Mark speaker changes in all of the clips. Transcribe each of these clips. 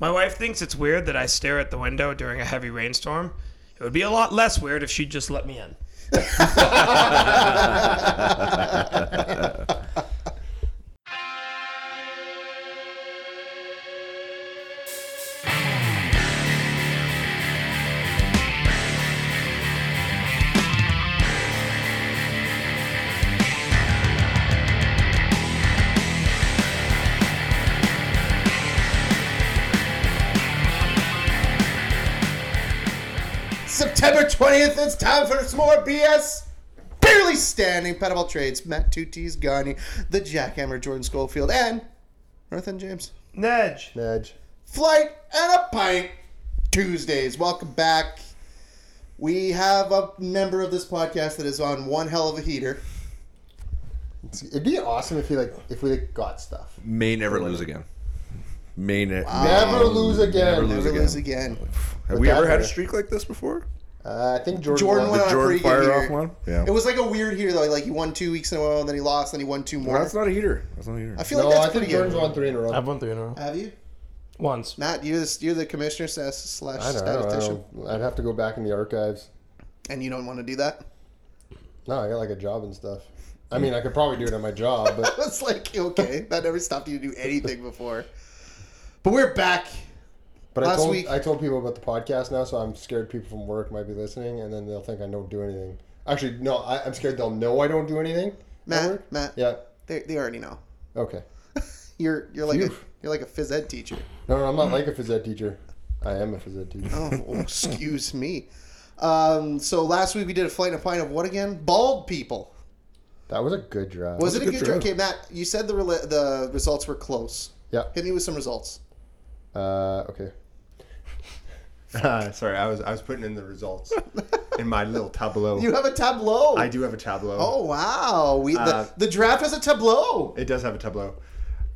Speaker 1: My wife thinks it's weird that I stare at the window during a heavy rainstorm. It would be a lot less weird if she'd just let me in.
Speaker 2: September 20th, it's time for some more BS. Barely standing, Pet of all trades, Matt Tutti's Garney, the Jackhammer, Jordan Schofield, and North End James.
Speaker 1: Nedge.
Speaker 3: Nedge.
Speaker 2: Flight and a pint Tuesdays. Welcome back. We have a member of this podcast that is on one hell of a heater.
Speaker 3: It's- It'd be awesome if he like if we like, got stuff.
Speaker 4: May never lose again. May ne-
Speaker 3: Never lose again.
Speaker 4: never lose
Speaker 2: Never
Speaker 4: again.
Speaker 2: lose again.
Speaker 4: Have we ever had a
Speaker 3: Definitely.
Speaker 4: streak like this before?
Speaker 3: Uh, I think Jordan.
Speaker 2: Jordan
Speaker 3: won.
Speaker 2: went on a
Speaker 4: Jordan
Speaker 2: pretty good
Speaker 4: fired off
Speaker 2: heater.
Speaker 4: one. Yeah.
Speaker 2: It was like a weird heater though. Like he won two weeks in a row, and then he lost, and he won two more.
Speaker 4: That's not a heater. That's not a heater.
Speaker 2: I feel
Speaker 3: No,
Speaker 2: like that's
Speaker 3: I think
Speaker 2: pretty
Speaker 3: Jordan's
Speaker 2: good.
Speaker 3: won three in a row.
Speaker 5: I've won three in a row.
Speaker 2: Have you?
Speaker 5: Once.
Speaker 2: Matt, you're the, you're the commissioner slash slash
Speaker 3: I don't know, I
Speaker 2: statistician,
Speaker 3: don't know. I'd have to go back in the archives.
Speaker 2: and you don't want to do that.
Speaker 3: No, I got like a job and stuff. I mean, I could probably do it at my job, but
Speaker 2: It's like okay, that never stopped you to do anything before. But we're back.
Speaker 3: but I
Speaker 2: Last
Speaker 3: told
Speaker 2: week-
Speaker 3: I told people about the podcast now, so I'm scared people from work might be listening, and then they'll think I don't do anything. Actually, no, I, I'm scared they'll know I don't do anything. at
Speaker 2: Matt,
Speaker 3: work.
Speaker 2: Matt.
Speaker 3: Yeah.
Speaker 2: They, they already know.
Speaker 3: Okay.
Speaker 2: You're you're like a,
Speaker 3: Phew.
Speaker 2: you're like a phys ed teacher.
Speaker 3: No, no, I'm not like a phys ed teacher. I am a phys ed teacher.
Speaker 2: Oh, oh, excuse me. Um, so last week we did a flight and a pint of what again? Bald people.
Speaker 3: That was a good draft.
Speaker 2: Was it a
Speaker 4: good
Speaker 2: good draft?
Speaker 4: draft.
Speaker 2: Okay, Matt, you said the rela- the results were close.
Speaker 3: Yeah.
Speaker 2: Hit me with some results.
Speaker 3: Uh, okay.
Speaker 6: Uh, sorry, I was I was putting in the results in my little tableau.
Speaker 2: You have a tableau.
Speaker 6: I do have a tableau.
Speaker 2: Oh wow! We
Speaker 6: Uh,
Speaker 2: the, the draft has a tableau.
Speaker 6: it does have a tableau.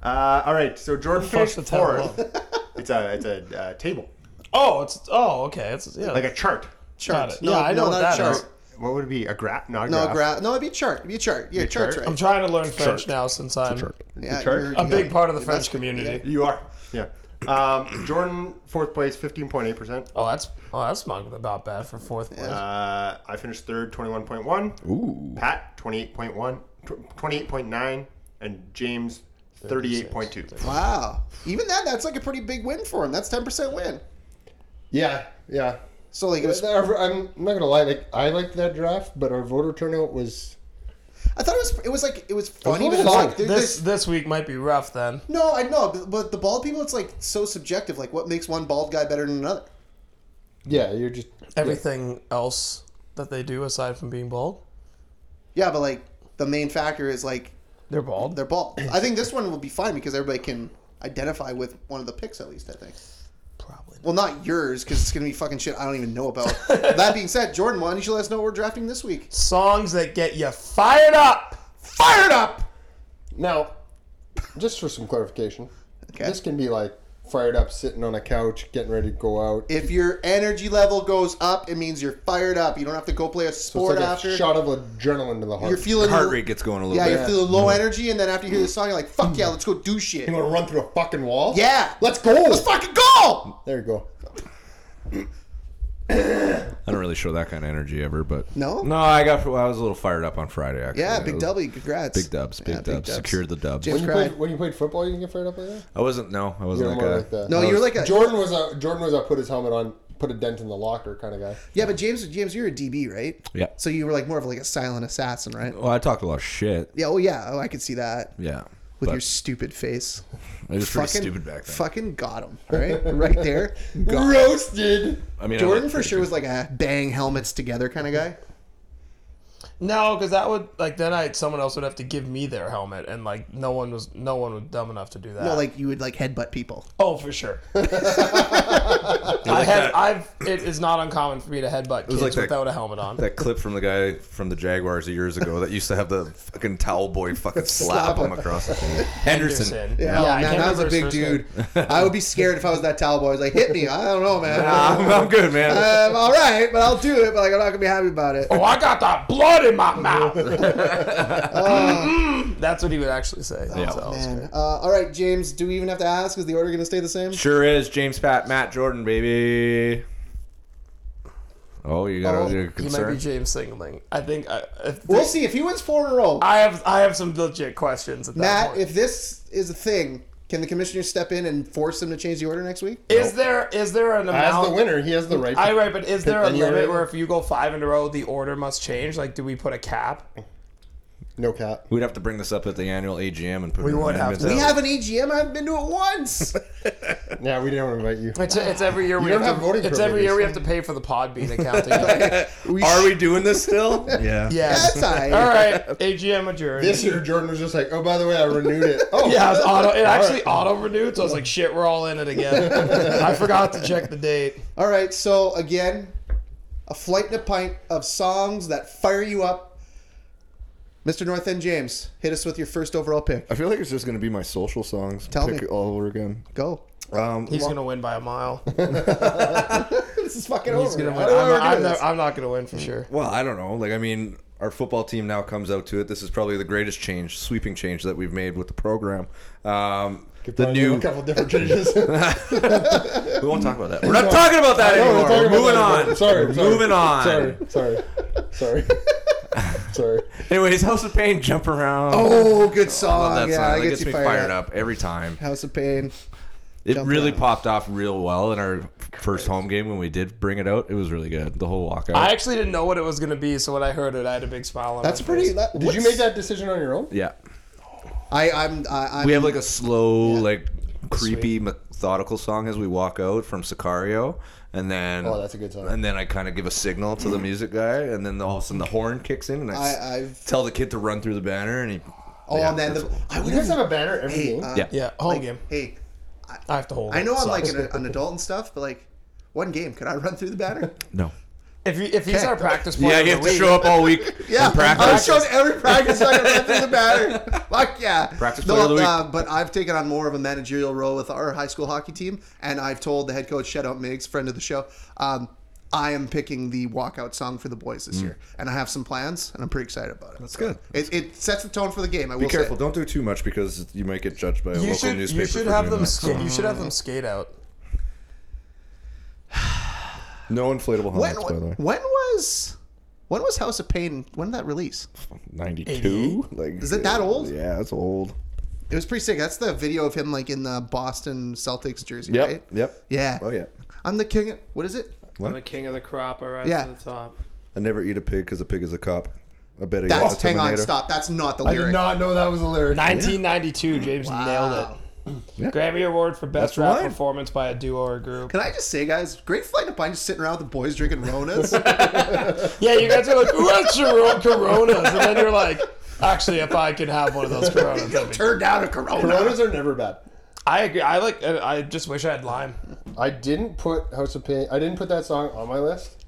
Speaker 6: Uh, all right, so Jordan
Speaker 5: fuck's
Speaker 6: finished
Speaker 5: a
Speaker 6: fourth. It's a it's a uh, table
Speaker 5: Oh, it's oh okay. It's yeah.
Speaker 6: like a chart.
Speaker 5: Got
Speaker 2: chart.
Speaker 5: it. Yeah, I know what
Speaker 2: not a
Speaker 5: that
Speaker 2: chart.
Speaker 5: is.
Speaker 6: What would it be? A graph? Not a
Speaker 2: No,
Speaker 6: graph.
Speaker 2: gra- no, it'd be a chart. It'd be a chart. Yeah, chart's
Speaker 6: chart?
Speaker 5: I'm
Speaker 2: right.
Speaker 5: trying to learn French now since I'm
Speaker 2: Yeah,
Speaker 6: chart?
Speaker 2: you're-
Speaker 5: a
Speaker 2: yeah.
Speaker 5: big part of the
Speaker 2: Yeah,
Speaker 5: French
Speaker 2: that's-
Speaker 5: community.
Speaker 6: You are. Yeah. Um, Jordan fourth place, fifteen point eight percent.
Speaker 5: Oh, that's oh that's not about bad for fourth place.
Speaker 6: Uh, I finished third, twenty one point one.
Speaker 4: Ooh.
Speaker 6: Pat twenty eight point one, twenty eight point nine, and James thirty eight point two.
Speaker 2: Wow. Even that, that's like a pretty big win for him. That's ten percent win.
Speaker 3: Yeah, yeah.
Speaker 2: So like it was.
Speaker 3: Our- I'm not gonna lie. Like I liked that draft, but our voter turnout was
Speaker 2: I thought it was. It was like it was funny, but
Speaker 3: really
Speaker 2: it's like
Speaker 3: fun.
Speaker 2: there- there's-
Speaker 5: this this week might be rough then.
Speaker 2: No, I know, but, but the bald people, it's like so subjective. Like, what makes one bald guy better than another?
Speaker 3: yeah. You're just
Speaker 5: Everything else that they do aside from being bald,
Speaker 2: Yeah, but like the main factor is like
Speaker 5: they're bald.
Speaker 2: they're bald. I think this one will be fine because everybody can identify with one of the picks at least. I think.
Speaker 5: probably.
Speaker 2: Well, not yours because it's gonna be fucking shit I don't even know about. that being said, Jordan, why don't you let us know what we're drafting this week?
Speaker 5: Songs that get you fired up.
Speaker 2: Fired up.
Speaker 3: now. Just for some clarification,
Speaker 2: Okay.
Speaker 3: this can be like fired up, sitting on a couch, getting ready to go out.
Speaker 2: If your energy level goes up, it means you're fired up. You don't have to go play a
Speaker 3: So
Speaker 2: sport
Speaker 3: it's like
Speaker 2: after.
Speaker 3: a shot of adrenaline to the heart.
Speaker 2: You're feeling
Speaker 4: Heart rate gets going a little
Speaker 2: Yeah,
Speaker 4: bit.
Speaker 2: you're feeling low energy, and then after you hear the song, you're like, "Fuck yeah, let's go do shit."
Speaker 3: you want to run through a fucking wall?
Speaker 2: Yeah,
Speaker 3: Let's go.
Speaker 2: let's fucking go.
Speaker 3: there you go.
Speaker 4: I don't really show that kind of energy ever, but
Speaker 2: No?
Speaker 4: no, I got I was a little fired up on Friday. Actually,
Speaker 2: Yeah,
Speaker 4: It
Speaker 2: big
Speaker 4: was-
Speaker 2: W, congrats.
Speaker 4: Big dubs, big
Speaker 2: Yeah,
Speaker 4: dubs. Secured the dubs.
Speaker 2: Jim-
Speaker 3: When you,
Speaker 2: Cry.
Speaker 3: played, when you played football, you didn't get fired up like that.
Speaker 4: I wasn't. No, I wasn't
Speaker 3: You're
Speaker 4: that
Speaker 3: more
Speaker 4: guy.
Speaker 3: like that.
Speaker 2: No,
Speaker 4: I
Speaker 2: you're
Speaker 4: was-
Speaker 2: like a
Speaker 3: Jordan was a Jordan was a put his helmet on, put a dent in the locker kind of guy.
Speaker 2: yeah, but James, James, you're a DB, right?
Speaker 4: Yeah.
Speaker 2: So you were like more of like a silent assassin, right?
Speaker 4: Well, I talked a lot of shit.
Speaker 2: Yeah. Oh yeah. Oh, I could see that
Speaker 4: Yeah.
Speaker 2: with
Speaker 4: but
Speaker 2: your stupid face.
Speaker 4: I was pretty
Speaker 2: Fucking
Speaker 4: stupid back then.
Speaker 2: Fucking got him. All right, right there. Got him.
Speaker 3: Roasted.
Speaker 4: I mean, I
Speaker 2: Jordan
Speaker 4: like-
Speaker 2: for sure was like a bang helmets together kind of guy.
Speaker 5: No, because that would like then I someone else would have to give me their helmet, and like no one was no one was dumb enough to do that.
Speaker 2: No, like you would like headbutt people.
Speaker 5: oh for sure. I have I've it is not uncommon for me to headbutt kids
Speaker 4: like that-
Speaker 5: without a helmet on.
Speaker 4: That clip from the guy from the Jaguars years ago that used to have the fucking towel boy fucking slap him across the face. Henderson.
Speaker 5: Anderson.
Speaker 2: Yeah,
Speaker 5: I
Speaker 2: man,
Speaker 5: can't
Speaker 2: that was a
Speaker 5: remember
Speaker 2: big
Speaker 5: his
Speaker 2: dude.
Speaker 5: first
Speaker 2: I would be scared if I was that towel boy. I was like, hit me. I don't know, man.
Speaker 4: I'm, I'm good, man.
Speaker 5: Uh,
Speaker 2: um, all right, but I'll do it. But like, I'm not gonna be happy about it.
Speaker 5: name. Oh, I got that blood in in my mouth. Mm, That's what he would actually say.
Speaker 3: Oh,
Speaker 5: So,
Speaker 2: Man. Uh, all right, James. Do we even have to ask? Is the order going to stay the same?
Speaker 4: Sure is James Pat Matt Jordan, baby. Oh, you got a
Speaker 5: He might be
Speaker 4: concern.
Speaker 5: James Singling. I think I, if
Speaker 2: We'll
Speaker 5: this-
Speaker 2: see. If he wins four in a row,
Speaker 5: I have I have some legit questions at that
Speaker 2: Matt,
Speaker 5: point.
Speaker 2: if this is a thing, can the commissioner step in and force him to change the order next week?
Speaker 5: is there is there an
Speaker 3: As
Speaker 5: amount?
Speaker 3: the winner, he has the right.
Speaker 5: I right, but is there a
Speaker 3: Pick any
Speaker 5: limit
Speaker 3: order.
Speaker 5: where if you go five in a row, the order must change? Like, do we put a cap?
Speaker 3: no cap.
Speaker 4: We'd have to bring this up at the annual AGM and put
Speaker 5: We
Speaker 4: it in
Speaker 5: would
Speaker 4: the
Speaker 5: have to.
Speaker 2: We
Speaker 4: admin.
Speaker 2: have an AGM. I haven't been to it once.
Speaker 3: Yeah, we didn't invite you.
Speaker 5: It's, it's every year we
Speaker 3: don't
Speaker 5: have
Speaker 3: have
Speaker 5: to,
Speaker 3: voting
Speaker 5: It's every year we have
Speaker 3: privileges.
Speaker 5: to pay for the Podbean account. yeah.
Speaker 4: Are we doing this still? yeah.
Speaker 2: That's fine.
Speaker 5: All right. AGM adjourned.
Speaker 3: This year, Jordan was just like, "Oh, by the way, I renewed it." Oh,
Speaker 5: yeah, it, was auto, it actually auto renewed, so I was like, shit, we're all in it again. I forgot to check the date.
Speaker 2: All right. So again, a flight and a pint of songs that fire you up. Mr. North End James, hit us with your first overall pick.
Speaker 4: I feel like it's just going to be my social songs.
Speaker 2: Tell Pick me. it
Speaker 4: all over again.
Speaker 2: Go.
Speaker 4: Um,
Speaker 5: He's going to win by a mile.
Speaker 2: This is fucking
Speaker 5: He's
Speaker 2: over.
Speaker 5: going to
Speaker 2: How
Speaker 5: win.
Speaker 2: do I ever
Speaker 5: I'm,
Speaker 2: do
Speaker 5: I'm,
Speaker 2: this?
Speaker 5: not, I'm not going to win for sure.
Speaker 4: Well, I don't know. Like, I mean, our football team now comes out to it. This is probably the greatest change, sweeping change that we've made with the program. Um, the
Speaker 3: Probably
Speaker 4: new.
Speaker 3: a couple different changes. We're
Speaker 4: We won't talk about that. We're not talking about that anymore.
Speaker 3: talking
Speaker 4: We're
Speaker 3: about that
Speaker 4: moving on.
Speaker 3: anymore. Sorry,
Speaker 4: We're
Speaker 3: sorry.
Speaker 4: moving on.
Speaker 3: Sorry, sorry, sorry, sorry.
Speaker 4: Anyways, House of Pain, jump around.
Speaker 2: Oh, good song.
Speaker 4: Love that
Speaker 2: yeah,
Speaker 4: song.
Speaker 2: I
Speaker 4: That
Speaker 2: get
Speaker 4: gets
Speaker 2: you
Speaker 4: me
Speaker 2: fired,
Speaker 4: fired
Speaker 2: up.
Speaker 4: up every time.
Speaker 2: House of Pain.
Speaker 4: It
Speaker 2: Jump
Speaker 4: really
Speaker 2: around.
Speaker 4: popped off real well in our first home game when we did bring it out. It was really good. The whole walkout.
Speaker 5: I actually didn't know what it was going to be, so when I heard it, I had a big smile on
Speaker 2: That's
Speaker 5: my
Speaker 2: pretty.
Speaker 5: face.
Speaker 2: That,
Speaker 3: Did you
Speaker 2: what's-
Speaker 3: make that decision on your own?
Speaker 4: yeah.
Speaker 2: I, I'm. I, I'm
Speaker 4: We have like a slow, like creepy, methodical song as we walk out from Sicario, and then
Speaker 3: Oh, that's a good song.
Speaker 4: And then I kind of give a signal to the music guy, and then all of a sudden the horn kicks in, and I, s-
Speaker 2: I- I've-
Speaker 4: tell the kid to run through the banner, and he.
Speaker 2: Oh,
Speaker 4: yeah,
Speaker 2: and then
Speaker 4: that's-
Speaker 2: the, I
Speaker 3: You
Speaker 2: would
Speaker 3: guys
Speaker 2: have.
Speaker 3: have a banner every
Speaker 2: Hey,
Speaker 3: game.
Speaker 2: uh,
Speaker 4: yeah.
Speaker 5: Yeah, whole game.
Speaker 2: Hey,
Speaker 5: I have to hold
Speaker 2: I
Speaker 5: it.
Speaker 2: know I'm like
Speaker 5: Sucks.
Speaker 2: an, an adult and stuff, but like one game, could I run through the banner?
Speaker 4: No.
Speaker 5: If, you, if he's our practice player,
Speaker 4: Yeah,
Speaker 5: of
Speaker 4: you
Speaker 5: the
Speaker 4: have to
Speaker 5: week-
Speaker 4: show up all week.
Speaker 2: Yeah,
Speaker 4: and practice.
Speaker 2: I've shown every practice I can run through the banner. Fuck yeah.
Speaker 4: Practice player of the week.
Speaker 2: Uh, but I've taken on more of a managerial role with our high school hockey team, and I've told the head coach, shout out Migs, friend of the show, um, I am picking the walkout song for the boys this year, and I have some plans, and I'm pretty excited about it.
Speaker 4: Mm. That's good.
Speaker 2: It, it sets the tone for the game. I
Speaker 4: Be
Speaker 2: will
Speaker 4: careful!
Speaker 2: Say.
Speaker 4: Don't do too much because you might get judged by a
Speaker 5: You
Speaker 4: local
Speaker 5: should,
Speaker 4: newspaper.
Speaker 5: you should
Speaker 4: for
Speaker 5: have
Speaker 4: doing
Speaker 5: them
Speaker 4: that, so.
Speaker 5: skate. You should have them skate out.
Speaker 4: No inflatable
Speaker 2: When,
Speaker 4: helmets, by the way.
Speaker 2: when was when was House of Pain? When did that release?
Speaker 4: 92 like
Speaker 2: Is it that old?
Speaker 4: yeah it's old
Speaker 2: It was pretty sick. That's the video of him like in the Boston Celtics jersey,
Speaker 4: yep
Speaker 2: right?
Speaker 4: yep
Speaker 2: Yeah.
Speaker 4: oh yeah
Speaker 2: I'm the king. Of, what is it?
Speaker 5: I'm the king of the crop. I rise
Speaker 2: Yeah.
Speaker 5: to the top.
Speaker 4: i never eat a pig because a pig is a cop i bet
Speaker 2: That's hang on, stop. That's not the
Speaker 3: I did
Speaker 2: lyric.
Speaker 3: not know that was a lyric.
Speaker 5: 1992, James nailed it. Grammy Award for Best
Speaker 4: That's
Speaker 5: Rap
Speaker 4: right.
Speaker 5: Performance by a Duo or Group.
Speaker 2: Can I just say, guys, great flight of pine just sitting around with the boys drinking Ronas.
Speaker 5: Yeah, you guys are like, ooh, that's your own Coronas. And then you're like, actually, if I could have one of those Coronas, that'd be
Speaker 2: Turn down a Corona.
Speaker 3: Coronas are never bad.
Speaker 5: I agree. I like. uh, I just wish I had lime.
Speaker 3: I didn't put House of Pain. I didn't put that song on my list,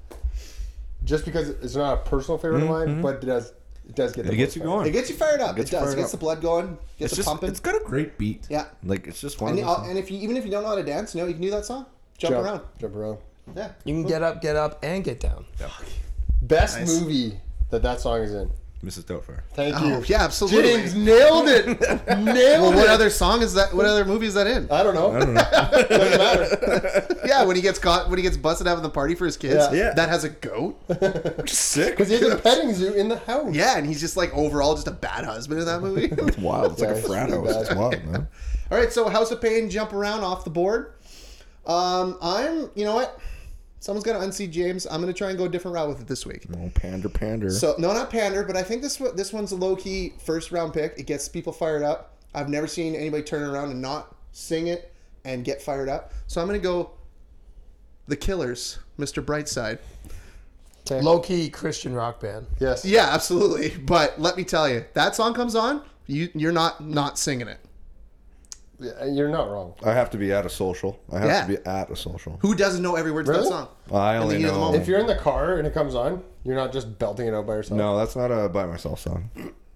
Speaker 3: just because it's not a personal favorite of mine, but it does. It does get.
Speaker 4: Mm-hmm. it gets you
Speaker 2: It
Speaker 4: going
Speaker 2: gets you fired up. It,
Speaker 4: Gets you
Speaker 2: does.
Speaker 4: fired
Speaker 2: It gets
Speaker 4: up.
Speaker 2: the blood going. Gets
Speaker 4: it's
Speaker 2: the
Speaker 4: just
Speaker 2: pumping.
Speaker 4: it's got a great beat
Speaker 2: Yeah.
Speaker 4: like it's just one
Speaker 2: and,
Speaker 4: of
Speaker 2: you-
Speaker 4: those
Speaker 2: and if you even if you don't know how to dance, you know you can do that song. Jump,
Speaker 3: Jump
Speaker 2: around.
Speaker 3: Jump around.
Speaker 2: Yeah.
Speaker 5: You can get up, get up, and get down.
Speaker 3: Best movie that that song is in.
Speaker 4: mrs doubtfire
Speaker 3: Thank
Speaker 2: Oh,
Speaker 3: you.
Speaker 2: yeah, absolutely.
Speaker 3: Jennings nailed it. nailed
Speaker 2: Well, what
Speaker 3: it.
Speaker 2: other song is that? What other movie is that in?
Speaker 3: I don't know. Doesn't matter.
Speaker 2: Yeah, when he gets caught, when he gets busted having the party for his kids,
Speaker 3: Yeah. Yeah.
Speaker 2: that has a goat.
Speaker 4: sick
Speaker 3: Because he's a petting zoo in the house.
Speaker 2: Yeah, and he's just like overall just a bad husband in that movie.
Speaker 4: wild it's like
Speaker 3: Yeah,
Speaker 4: a
Speaker 3: it's
Speaker 4: frat
Speaker 3: pretty
Speaker 4: house
Speaker 3: bad.
Speaker 4: it's wild man
Speaker 2: All right, so House of Pain, jump around off the board. Um, I'm, you know what? Someone's got to unseat James. I'm going to try and go a different route with it this week.
Speaker 4: oh pander pander
Speaker 2: So, no, not pander, but I think this one- this one's a low key first round pick. It gets people fired up. I've never seen anybody turn around and not sing it and get fired up. So I'm going to go The Killers, Mr. Brightside.
Speaker 5: Low key Christian rock band.
Speaker 3: Yes.
Speaker 2: Yeah, absolutely. But let me tell you, that song comes on, you you're not not singing it.
Speaker 3: Yeah, You're not wrong.
Speaker 4: i have to be at a social i have
Speaker 2: Yeah.
Speaker 4: to be at a social
Speaker 2: Who doesn't know every word to that
Speaker 3: Really?
Speaker 2: song?
Speaker 4: i only
Speaker 2: heat of the
Speaker 4: know
Speaker 2: moment.
Speaker 3: If you're in the car and it comes on, you're not just belting it out by yourself.
Speaker 4: no that's not a by myself song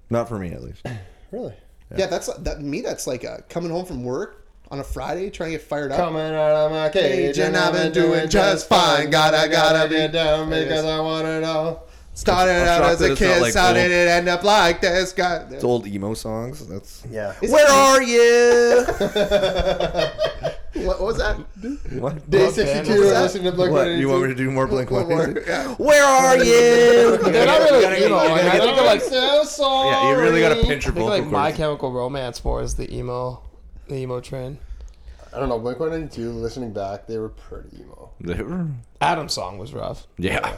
Speaker 4: not for me at least
Speaker 3: Really?
Speaker 2: Yeah, that's that me. That's like uh coming home from work on a Friday, trying to get fired up.
Speaker 3: Coming out of my cage and I've been doing just fine. Gotta, gotta be down because I want it all.
Speaker 2: Started
Speaker 4: I'm
Speaker 2: out
Speaker 4: shocked
Speaker 2: as
Speaker 4: that
Speaker 2: a
Speaker 4: it's not
Speaker 2: kid,
Speaker 4: like
Speaker 2: so
Speaker 4: old-
Speaker 2: did it end up like this guy?
Speaker 4: It's old emo songs. That's
Speaker 6: Yeah.
Speaker 4: where are you?
Speaker 2: What, what was that?
Speaker 4: what?
Speaker 3: Day
Speaker 5: band
Speaker 3: 62,
Speaker 5: was
Speaker 3: we're
Speaker 2: that?
Speaker 3: listening to Blink
Speaker 4: What, You want me
Speaker 3: 182.
Speaker 4: to do more Blink One?
Speaker 2: Or-
Speaker 4: Yeah,
Speaker 2: yeah.
Speaker 4: Where are you?
Speaker 5: They're not
Speaker 1: You gotta-
Speaker 5: really
Speaker 1: you
Speaker 5: emo. Like,
Speaker 1: gotta
Speaker 5: I think they're like,
Speaker 3: I'm so sorry.
Speaker 4: you really got to pinch
Speaker 5: I
Speaker 4: your
Speaker 5: think like
Speaker 4: vocal
Speaker 5: My
Speaker 4: cords.
Speaker 5: Chemical Romance more is the emo, the emo trend.
Speaker 3: I don't know, Blink 182, listening back, they were pretty emo.
Speaker 5: Adam's song was rough.
Speaker 4: Yeah.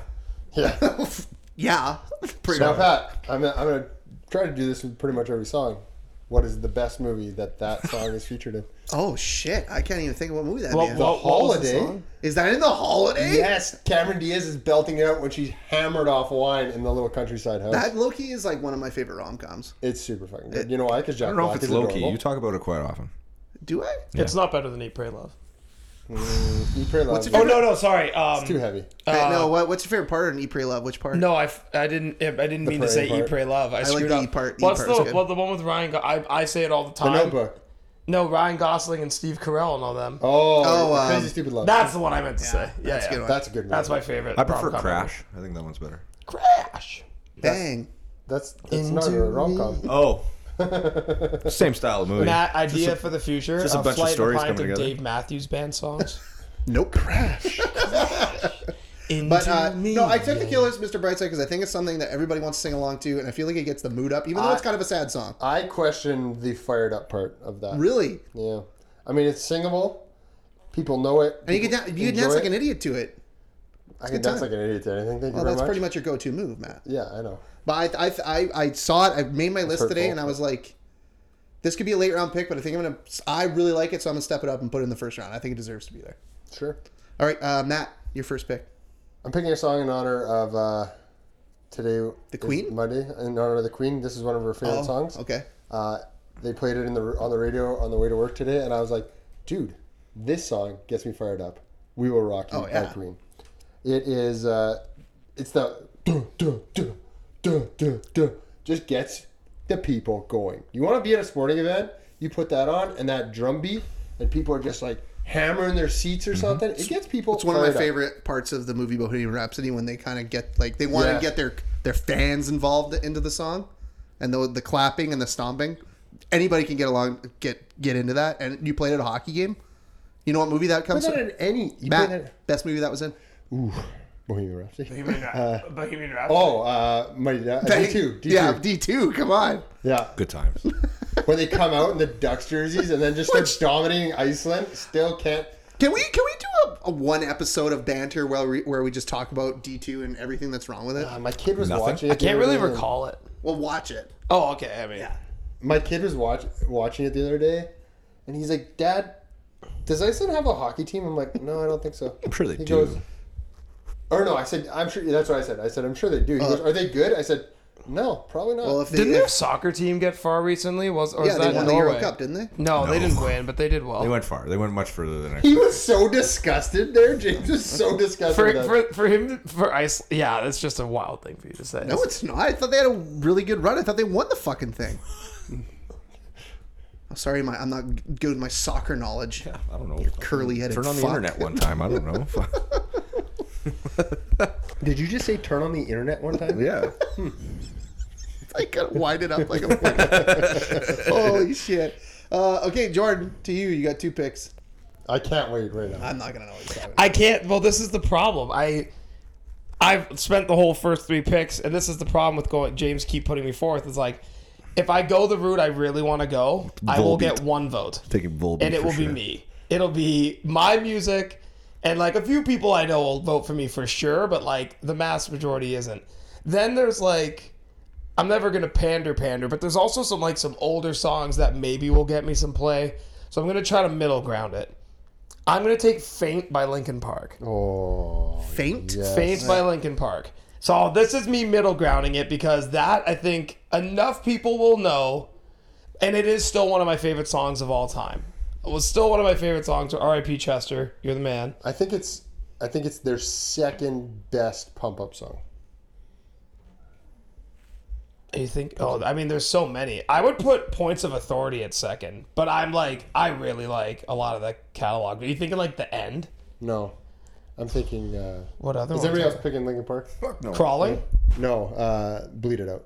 Speaker 3: Yeah.
Speaker 2: Yeah. Pretty
Speaker 3: Now,
Speaker 2: much.
Speaker 3: Pat, I'm, I'm going to try to do this with pretty much every song. What is the best movie that that song is featured in?
Speaker 2: Oh shit! I can't even think of what movie that is.
Speaker 5: Well, well- What was the
Speaker 3: Holiday.
Speaker 5: song?
Speaker 2: Is that in the holiday?
Speaker 3: Yes, Cameron Diaz is belting it out when she's hammered off wine in the little countryside house.
Speaker 2: That Loki is like one of my favorite rom coms.
Speaker 3: it's super fucking good. You know why? Because
Speaker 4: I
Speaker 3: Jack
Speaker 4: don't know
Speaker 3: Black
Speaker 4: if it's
Speaker 3: is
Speaker 4: low key.
Speaker 3: adorable.
Speaker 4: You talk about it quite often.
Speaker 2: Do I?
Speaker 5: It's not better than Eat, Pray, Love.
Speaker 3: Eat, Pray, Mm, Love.
Speaker 2: What's your
Speaker 1: Oh
Speaker 3: It's
Speaker 1: no, no, sorry. Um,
Speaker 3: too heavy.
Speaker 2: Hey, no. What, what's your favorite part of an E Pray Love? Which part?
Speaker 5: No, I, f- I didn't I didn't mean to
Speaker 3: pray
Speaker 5: say
Speaker 3: part.
Speaker 5: Eat, Pray, Love. I, screwed
Speaker 2: the
Speaker 5: up.
Speaker 2: eat part. Eat
Speaker 5: What's
Speaker 2: part was
Speaker 5: the
Speaker 2: good.
Speaker 5: well, the one with Ryan? Go- I I say it all the
Speaker 3: The
Speaker 5: time.
Speaker 3: Notebook.
Speaker 5: No, Ryan Gosling and Steve Carell and all them.
Speaker 3: Oh,
Speaker 2: Oh, um,
Speaker 3: Crazy Stupid Love.
Speaker 5: That's the one I meant to say. Yeah,
Speaker 2: that's a
Speaker 5: yeah.
Speaker 2: good one.
Speaker 3: That's a good movie.
Speaker 5: That's my favorite.
Speaker 4: I prefer
Speaker 5: rom-com ever.
Speaker 4: Crash. I think that one's better.
Speaker 5: Crash.
Speaker 2: Bang.
Speaker 3: That's, that's not a rom com.
Speaker 4: Oh. Same style of movie.
Speaker 5: Matt, idea for the future:
Speaker 4: just a bunch of
Speaker 5: flight in
Speaker 4: stories
Speaker 5: pint
Speaker 4: coming
Speaker 5: of
Speaker 4: together.
Speaker 5: Dave Matthews Band songs.
Speaker 2: Nope. Crash.
Speaker 5: Into
Speaker 2: But uh,
Speaker 5: me.
Speaker 2: no, I took the Killers, Mr. Brightside, because I think it's something that everybody wants to sing along to, and I feel like it gets the mood up, even though
Speaker 3: I-
Speaker 2: it's kind of a sad song.
Speaker 3: I question the fired up part of that.
Speaker 2: Really.
Speaker 3: Yeah. I mean, it's singable. People know it.
Speaker 2: And you can, dan- you can dance like an idiot to it.
Speaker 3: I can
Speaker 2: good
Speaker 3: dance
Speaker 2: time.
Speaker 3: like an idiot to anything. Thank you
Speaker 2: Well,
Speaker 3: very
Speaker 2: that's
Speaker 3: much.
Speaker 2: pretty much your go-to move, Matt.
Speaker 3: Yeah, I know.
Speaker 2: But I, I, I, I saw it. I made my list today,
Speaker 3: hurtful.
Speaker 2: and I was like, "This could be a late round pick, but I think I'm gonna. I really like it, so I'm gonna step it up and put it in the first round. I think it deserves to be there."
Speaker 3: Sure.
Speaker 2: All right, uh, Matt, your first pick.
Speaker 3: I'm picking a song in honor of uh, today. The
Speaker 2: Queen? Oh,
Speaker 3: Monday in honor of the Queen. This is one of her favorite songs.
Speaker 2: Okay.
Speaker 3: Uh, they played it in the on the radio on the way to work today, and I was like, "Dude, this song gets me fired up." We will rock you
Speaker 2: Oh,
Speaker 3: by
Speaker 2: yeah.
Speaker 3: Queen. It is. Uh, it's the duh, duh, duh, duh, duh, duh. just gets the people going. You want to be at a sporting event, you put that on, and that drum beat, and people are just like hammering their seats or something. It gets people.
Speaker 2: Mm-hmm. It's one of my
Speaker 3: fired up.
Speaker 2: favorite parts of the movie Bohemian Rhapsody when they kind of get like they want
Speaker 3: Yeah.
Speaker 2: to get their their fans involved into the song, and the the clapping and the stomping. Anybody can get along, get get into that. And you played at a hockey game. You know what movie that comes
Speaker 3: Put that
Speaker 2: from?
Speaker 3: in any. You put that- Uh,
Speaker 2: Matt, best movie that was in.
Speaker 3: Bohemian Rhapsody.
Speaker 1: Bohemian Rhap- Bohemian Rhapsody.
Speaker 3: Oh, uh, my uh, D two, D two,
Speaker 2: Yeah, D two. Come on.
Speaker 3: yeah.
Speaker 4: Good times.
Speaker 3: When they come out in the Ducks jerseys and then just start dominating Iceland, still can't.
Speaker 2: Can we can we do a, a one episode of banter where we, where we just talk about D two and everything that's wrong with it?
Speaker 3: Uh, my kid was
Speaker 4: Nothing?
Speaker 3: watching.
Speaker 5: I
Speaker 3: It the
Speaker 5: can't
Speaker 3: other
Speaker 5: really
Speaker 3: day, and-
Speaker 5: recall it.
Speaker 2: Well, watch it.
Speaker 5: Oh, okay. I mean,
Speaker 3: My kid was watch, watching it the other day, and he's like, "Dad, does Iceland have a hockey team?" I'm like, "No, I don't think so."
Speaker 4: I'm sure they
Speaker 3: He
Speaker 4: do.
Speaker 3: goes- or no, I said, "I'm sure." That's what I said. I said, "I'm sure they do." He goes, "Are they good?" I said, "No, probably not."
Speaker 2: Well, if they,
Speaker 5: didn't their
Speaker 2: if,
Speaker 5: soccer team get far recently? Was or
Speaker 2: yeah,
Speaker 5: is
Speaker 2: they
Speaker 5: that
Speaker 2: won the
Speaker 5: Norway?
Speaker 2: Euro Cup, didn't they?
Speaker 5: No, they
Speaker 4: No.
Speaker 5: didn't win, but they did well.
Speaker 4: They went far. They went much further than I.
Speaker 3: he was so disgusted there. James was so disgusted.
Speaker 5: for,
Speaker 3: with that.
Speaker 5: for for him for Iceland. Yeah, that's just a wild thing for you to say.
Speaker 2: No, it's not. I thought they had a really good run. I thought they won the fucking thing. I'm sorry, my I'm not good with my soccer knowledge.
Speaker 4: I don't know.
Speaker 2: Curly-headed
Speaker 4: Turn on the
Speaker 2: fuck.
Speaker 4: internet one time. I don't know. Fuck.
Speaker 3: Did you just say turn on the internet one time?
Speaker 4: yeah.
Speaker 2: I gotta wind it up like a fucking. Holy shit. Uh, okay, Jordan, to you. You got two picks.
Speaker 3: I can't wait right now.
Speaker 2: I'm not gonna know what's happening.
Speaker 5: I can't. Well, this is the problem. I I've spent the whole first three picks, and this is the problem with going. James keep putting me forth. It's like if I go the route I really want to go, I will
Speaker 4: Volbeat.
Speaker 5: get one vote,
Speaker 4: Taking Volbeat.
Speaker 5: and it
Speaker 4: for
Speaker 5: will be
Speaker 4: sure.
Speaker 5: me. It'll be my music, and like a few people I know will vote for me for sure, but like the mass majority isn't. Then there's like. I'm never gonna pander pander, but there's also some like some older songs that maybe will get me some play. So I'm gonna try to middle ground it. I'm gonna take "Faint" by Linkin Park.
Speaker 3: Oh,
Speaker 2: Faint.
Speaker 5: Faint by Linkin Park. So this is me middle grounding it because that I think enough people will know, and it is still one of my favorite songs of all time. It was still one of my favorite songs. R.I.P. Chester, you're the man.
Speaker 3: I think it's I think it's their second best pump up song.
Speaker 5: You think? Oh, I mean, there's so many. I would put Points of Authority at second, but I'm like, I really like a lot of that catalog. Are you thinking like the end?
Speaker 3: No, I'm thinking. Uh,
Speaker 5: What other
Speaker 3: is
Speaker 5: ones?
Speaker 3: everybody else picking Linkin Park?
Speaker 4: Fuck no.
Speaker 5: Crawling.
Speaker 3: No, uh, bleed it out.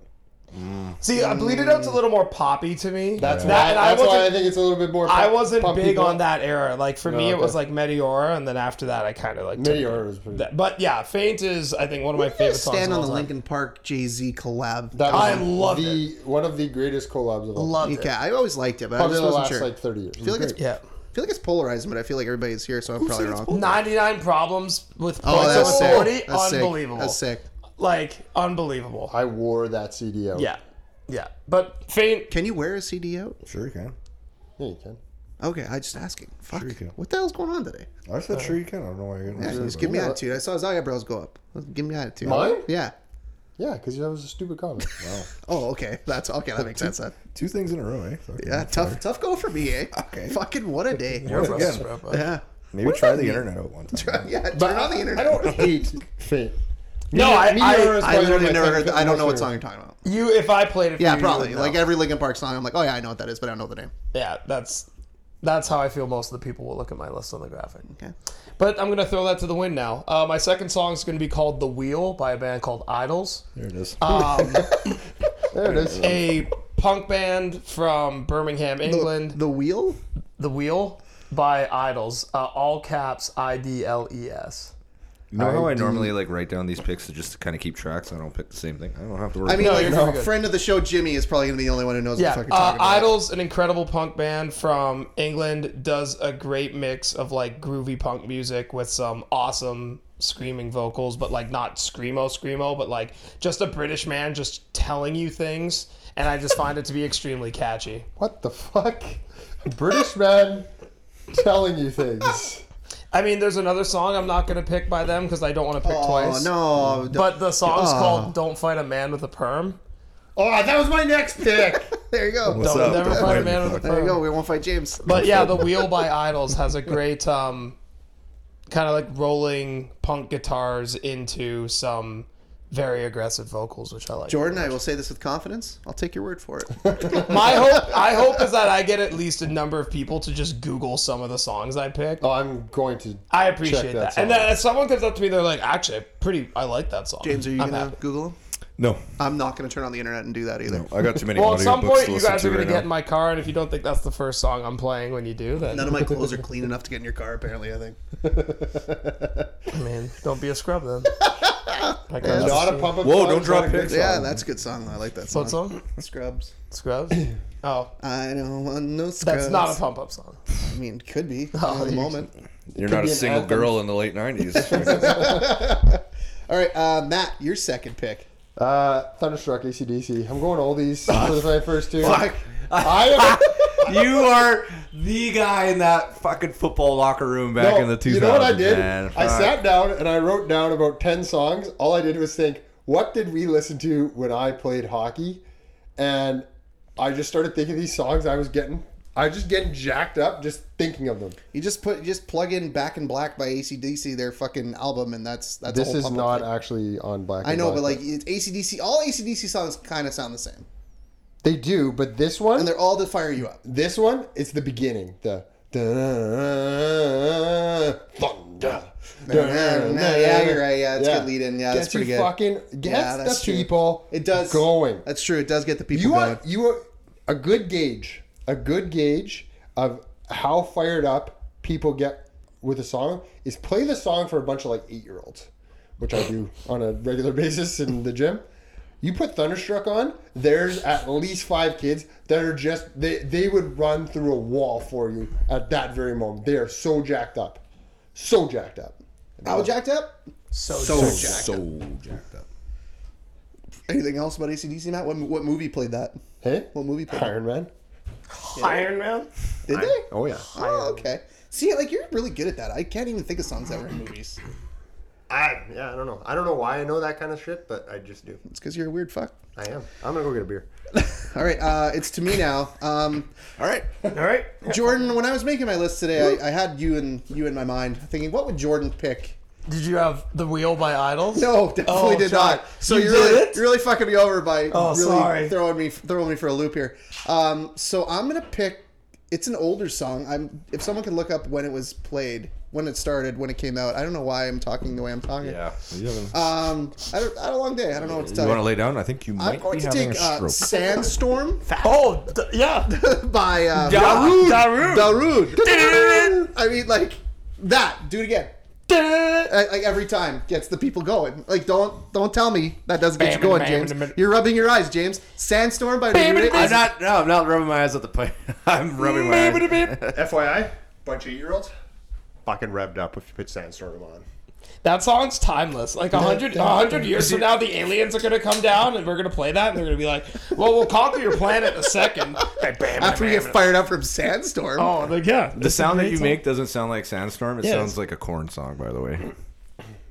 Speaker 5: See, I bleed it out's a little more poppy to me.
Speaker 3: That's
Speaker 5: That-
Speaker 3: why.
Speaker 5: and I
Speaker 3: That's
Speaker 5: wasn't-
Speaker 3: why I think it's a little bit more.
Speaker 5: I
Speaker 3: pump-
Speaker 5: wasn't
Speaker 3: pump
Speaker 5: big
Speaker 3: people
Speaker 5: on
Speaker 3: up.
Speaker 5: that era. Like for me, it
Speaker 3: okay.
Speaker 5: was like Meteora, and then after that, I kind of like took-
Speaker 3: Meteor was pretty.
Speaker 5: That- but yeah, Faint is I think one of my favorite songs.
Speaker 2: Stand
Speaker 5: of
Speaker 2: on the
Speaker 5: all time.
Speaker 2: Lincoln Park Jay Z collab.
Speaker 3: That was
Speaker 5: I loved
Speaker 3: the, One of the greatest collabs of all. time.
Speaker 2: Loved it. I always liked it, but I
Speaker 3: Probably
Speaker 2: just
Speaker 3: the
Speaker 2: wasn't
Speaker 3: last
Speaker 2: sure.
Speaker 3: like 30 years.
Speaker 2: I feel like it's
Speaker 5: Yeah.
Speaker 2: I feel like it's polarizing, but I feel like everybody's here, so I'm probably wrong.
Speaker 5: 99 problems with points
Speaker 2: oh, that's
Speaker 5: over
Speaker 2: sick.
Speaker 5: 40.
Speaker 2: That's
Speaker 5: unbelievable.
Speaker 2: Sick. That's sick.
Speaker 5: Like unbelievable.
Speaker 3: I wore that CD out.
Speaker 5: Yeah. Yeah. But Faint
Speaker 2: Can you wear a CD out?
Speaker 4: Sure you can.
Speaker 3: Yeah, you can.
Speaker 2: Okay, I just asking. Fuck.
Speaker 4: can.
Speaker 2: What the hell's going on today?
Speaker 4: I said sure you can. I don't know why you're
Speaker 2: Yeah,
Speaker 4: getting
Speaker 2: just give me attitude. I saw his eyebrows go up. Give me attitude.
Speaker 3: Mine?
Speaker 2: Yeah.
Speaker 3: Yeah, because that was a stupid comment.
Speaker 4: Wow.
Speaker 2: Oh, okay. That's okay. That makes sense. Then.
Speaker 4: Two things in a row, eh? Fucking
Speaker 2: Yeah, tough, tough go for me, eh?
Speaker 4: Okay.
Speaker 2: Fucking what a day.
Speaker 4: Again,
Speaker 2: yeah.
Speaker 4: maybe try the internet out one time.
Speaker 2: Yeah. Turn
Speaker 3: But
Speaker 2: on the
Speaker 3: I
Speaker 2: internet.
Speaker 3: don't hate Faint.
Speaker 5: No, I- I-
Speaker 2: I literally never heard. I don't know what song you're talking about.
Speaker 5: you if I played it for
Speaker 2: Yeah,
Speaker 5: you, you
Speaker 2: probably.
Speaker 5: would know.
Speaker 2: Like every Linkin Park song, I'm like, oh yeah, I know what that is, but I don't know the name.
Speaker 5: Yeah, that's that's how I feel most of the people will look at my list on the graphic.
Speaker 2: Okay.
Speaker 5: But I'm gonna throw that to the wind now. Uh, my second song is gonna be called "The Wheel" by a band called Idols,
Speaker 4: There it is.
Speaker 3: There it is.
Speaker 5: a punk band from Birmingham, England.
Speaker 2: The Wheel.
Speaker 5: The Wheel by Idols, uh, all caps I D L E S.
Speaker 4: You know how I
Speaker 3: ID.
Speaker 4: normally like write down these picks to just to kind of keep track, so I don't pick the same thing. I don't have to worry.
Speaker 2: I mean,
Speaker 4: about
Speaker 5: No,
Speaker 2: like,
Speaker 5: you're very good.
Speaker 2: friend of the show Jimmy is probably gonna be the only one who knows
Speaker 5: Yeah,
Speaker 2: what the fuck you're
Speaker 5: uh,
Speaker 2: talking about.
Speaker 5: Idols, an incredible punk band from England, does a great mix of like groovy punk music with some awesome screaming vocals, but like not screamo screamo, but like just a British man just telling you things, and I just find it to be extremely catchy.
Speaker 3: What the fuck? British man telling you things.
Speaker 5: I mean, there's another song I'm not gonna pick by them because I don't want to pick
Speaker 2: Oh
Speaker 5: twice.
Speaker 2: no.
Speaker 5: But the song's
Speaker 2: Oh.
Speaker 5: called "Don't Fight a Man with a Perm."
Speaker 3: Oh, that was my next pick.
Speaker 2: there you go.
Speaker 4: What's
Speaker 5: Don't
Speaker 4: up?
Speaker 5: Oh, never
Speaker 4: Don't
Speaker 5: fight a
Speaker 4: worry,
Speaker 5: man with a
Speaker 4: fuck.
Speaker 5: perm.
Speaker 2: There you go. We won't fight James.
Speaker 5: But yeah, the Wheel by Idols has a great um, kind of like rolling punk guitars into some very aggressive vocals, which I like.
Speaker 2: Jordan, I will say this with confidence. I'll take your word for it.
Speaker 5: My hope, I hope, is that I get at least a number of people to just Google some of the songs I pick.
Speaker 3: Oh, I'm going to.
Speaker 5: I
Speaker 3: check
Speaker 5: appreciate
Speaker 3: that
Speaker 5: that.
Speaker 3: song
Speaker 5: and then if someone comes up to me, they're like, "Actually, I pretty, I like that song."
Speaker 2: James, are you
Speaker 5: I'm
Speaker 2: gonna
Speaker 5: happy.
Speaker 2: Google him?
Speaker 4: No,
Speaker 2: I'm not gonna turn on the internet and do that either.
Speaker 4: no, I got too many.
Speaker 5: Well, at some
Speaker 4: audiobooks
Speaker 5: point,
Speaker 4: to
Speaker 5: you
Speaker 4: listen
Speaker 5: guys are
Speaker 4: to
Speaker 5: gonna
Speaker 4: right
Speaker 5: get in
Speaker 4: now.
Speaker 5: my car, and if you don't think that's the first song I'm playing when you do, then
Speaker 2: None of my clothes are clean enough to get in your car, apparently, I think.
Speaker 5: I mean, don't be a scrub then. Like, that's-
Speaker 3: Not a pump up.
Speaker 4: Whoa!
Speaker 3: song,
Speaker 4: Don't
Speaker 3: not
Speaker 4: drop
Speaker 3: a good
Speaker 4: picks.
Speaker 3: song.
Speaker 2: Yeah, that's a good song. I like that song.
Speaker 5: What song?
Speaker 2: Scrubs.
Speaker 5: Scrubs. Oh,
Speaker 2: I don't want no scrubs.
Speaker 5: that's not a Oh, pump up song.
Speaker 2: I mean, could be at the moment.
Speaker 4: You're not
Speaker 3: be
Speaker 4: a
Speaker 3: an
Speaker 4: single
Speaker 3: anthem.
Speaker 4: girl in the late '90s.
Speaker 2: All right, uh, Matt, your second pick.
Speaker 3: Uh, Thunderstruck, ACDC. I'm going oldies for my first two. I
Speaker 4: you are the guy in that fucking football locker room back
Speaker 3: No,
Speaker 4: in the 2000s.
Speaker 3: You know what I did?
Speaker 4: man.
Speaker 3: I
Speaker 4: Fuck.
Speaker 3: sat down and I wrote down about 10 songs. All I did was think, what did we listen to when I played hockey? And I just started thinking these songs I was getting. I was just getting jacked up just thinking of them.
Speaker 2: You just put, you just plug in "Back in Black" by ACDC, their fucking album, and that's that's. a
Speaker 3: This
Speaker 2: whole
Speaker 3: is
Speaker 2: pump-up
Speaker 3: not
Speaker 2: thing.
Speaker 3: actually on Black.
Speaker 2: I
Speaker 3: and
Speaker 2: know,
Speaker 3: Black,
Speaker 2: but like it's ACDC, all ACDC songs kind of sound the same,
Speaker 3: they do. But this one,
Speaker 2: and they're all to fire you up.
Speaker 3: This one, it's the beginning. The thunder.
Speaker 2: Yeah, you're right. Yeah, it's a good lead-in. Yeah, that's
Speaker 3: Gets
Speaker 2: pretty
Speaker 3: you
Speaker 2: good.
Speaker 3: Fucking gets
Speaker 2: Yeah, that's
Speaker 3: the
Speaker 2: true.
Speaker 3: people.
Speaker 2: It does
Speaker 3: going.
Speaker 2: That's true. It does get the people
Speaker 3: You
Speaker 2: going.
Speaker 3: want you want a good gauge, a good gauge of how fired up people get with a song is play the song for a bunch of like eight year olds, which I do on a regular basis in the gym. You put Thunderstruck on, there's at least five kids that are just they they would run through a wall for you at that very moment. They are so jacked up, so jacked up.
Speaker 2: How jacked up?
Speaker 5: So,
Speaker 4: so jacked up.
Speaker 2: Anything else about ACDC, Matt? What, what movie played that?
Speaker 3: Hey,
Speaker 2: What movie played
Speaker 3: Iron Man.
Speaker 5: Iron Man.
Speaker 2: that? Did they?
Speaker 3: Oh yeah.
Speaker 2: Oh, okay. See, like you're really good at that. I can't even think of songs that were in movies.
Speaker 6: I yeah, I don't know. I don't know why I know that kind of shit, but I just do.
Speaker 2: It's because you're a weird fuck.
Speaker 6: I am. I'm gonna go get a beer.
Speaker 2: All right, uh, it's to me now. Um,
Speaker 4: All right.
Speaker 5: All right.
Speaker 2: Jordan, when I was making my list today, I, I had you and you in my mind, thinking, what would Jordan pick?
Speaker 5: Did you have the wheel by Idols?
Speaker 2: No, definitely
Speaker 5: Oh,
Speaker 2: did
Speaker 5: sorry.
Speaker 2: not. So
Speaker 5: You
Speaker 2: you are
Speaker 5: did
Speaker 2: really,
Speaker 5: it?
Speaker 2: you're really fucking me over by
Speaker 5: Oh,
Speaker 2: really
Speaker 5: sorry.
Speaker 2: throwing me throwing me for a loop here. Um, so I'm gonna pick. It's an older song. I'm if someone can look up when it was played, when it started, when it came out. I don't know why I'm talking the way I'm talking.
Speaker 4: Yeah.
Speaker 5: Uh,
Speaker 4: You, haven't-
Speaker 2: Um, I, don't, I had a long day. I don't know what to
Speaker 4: you
Speaker 2: tell
Speaker 4: want to
Speaker 2: you.
Speaker 4: lay down? I think you might
Speaker 2: I'm going
Speaker 4: be
Speaker 2: to
Speaker 4: having
Speaker 2: take
Speaker 4: a
Speaker 2: uh,
Speaker 4: stroke.
Speaker 2: Sandstorm
Speaker 5: Oh, d- yeah.
Speaker 2: by uh,
Speaker 5: Darude.
Speaker 2: Darude. I mean, like that. Do it again. I- Like every time gets the people going. Like don't don't tell me that doesn't get you
Speaker 5: Bam,
Speaker 2: going,
Speaker 5: bam,
Speaker 2: James.
Speaker 5: bam.
Speaker 2: You're rubbing your eyes, James. Sandstorm by Darude.
Speaker 5: bam.
Speaker 4: I'm not. No, I'm not rubbing my eyes at the plate. I'm rubbing my eyes.
Speaker 6: FYI, bunch of year olds, fucking revved up if you put Sandstorm on.
Speaker 5: That song's timeless. Like a hundred, a hundred years from now, the aliens are gonna come down and we're gonna play that, and they're gonna be like, "Well, we'll conquer your planet in a second. Like, bam,
Speaker 2: After we get fired up from Sandstorm.
Speaker 5: Oh, like, yeah.
Speaker 4: The sound that you make doesn't sound like sandstorm. It
Speaker 5: Yeah,
Speaker 4: sounds
Speaker 5: it's-
Speaker 4: like a corn song, by the way.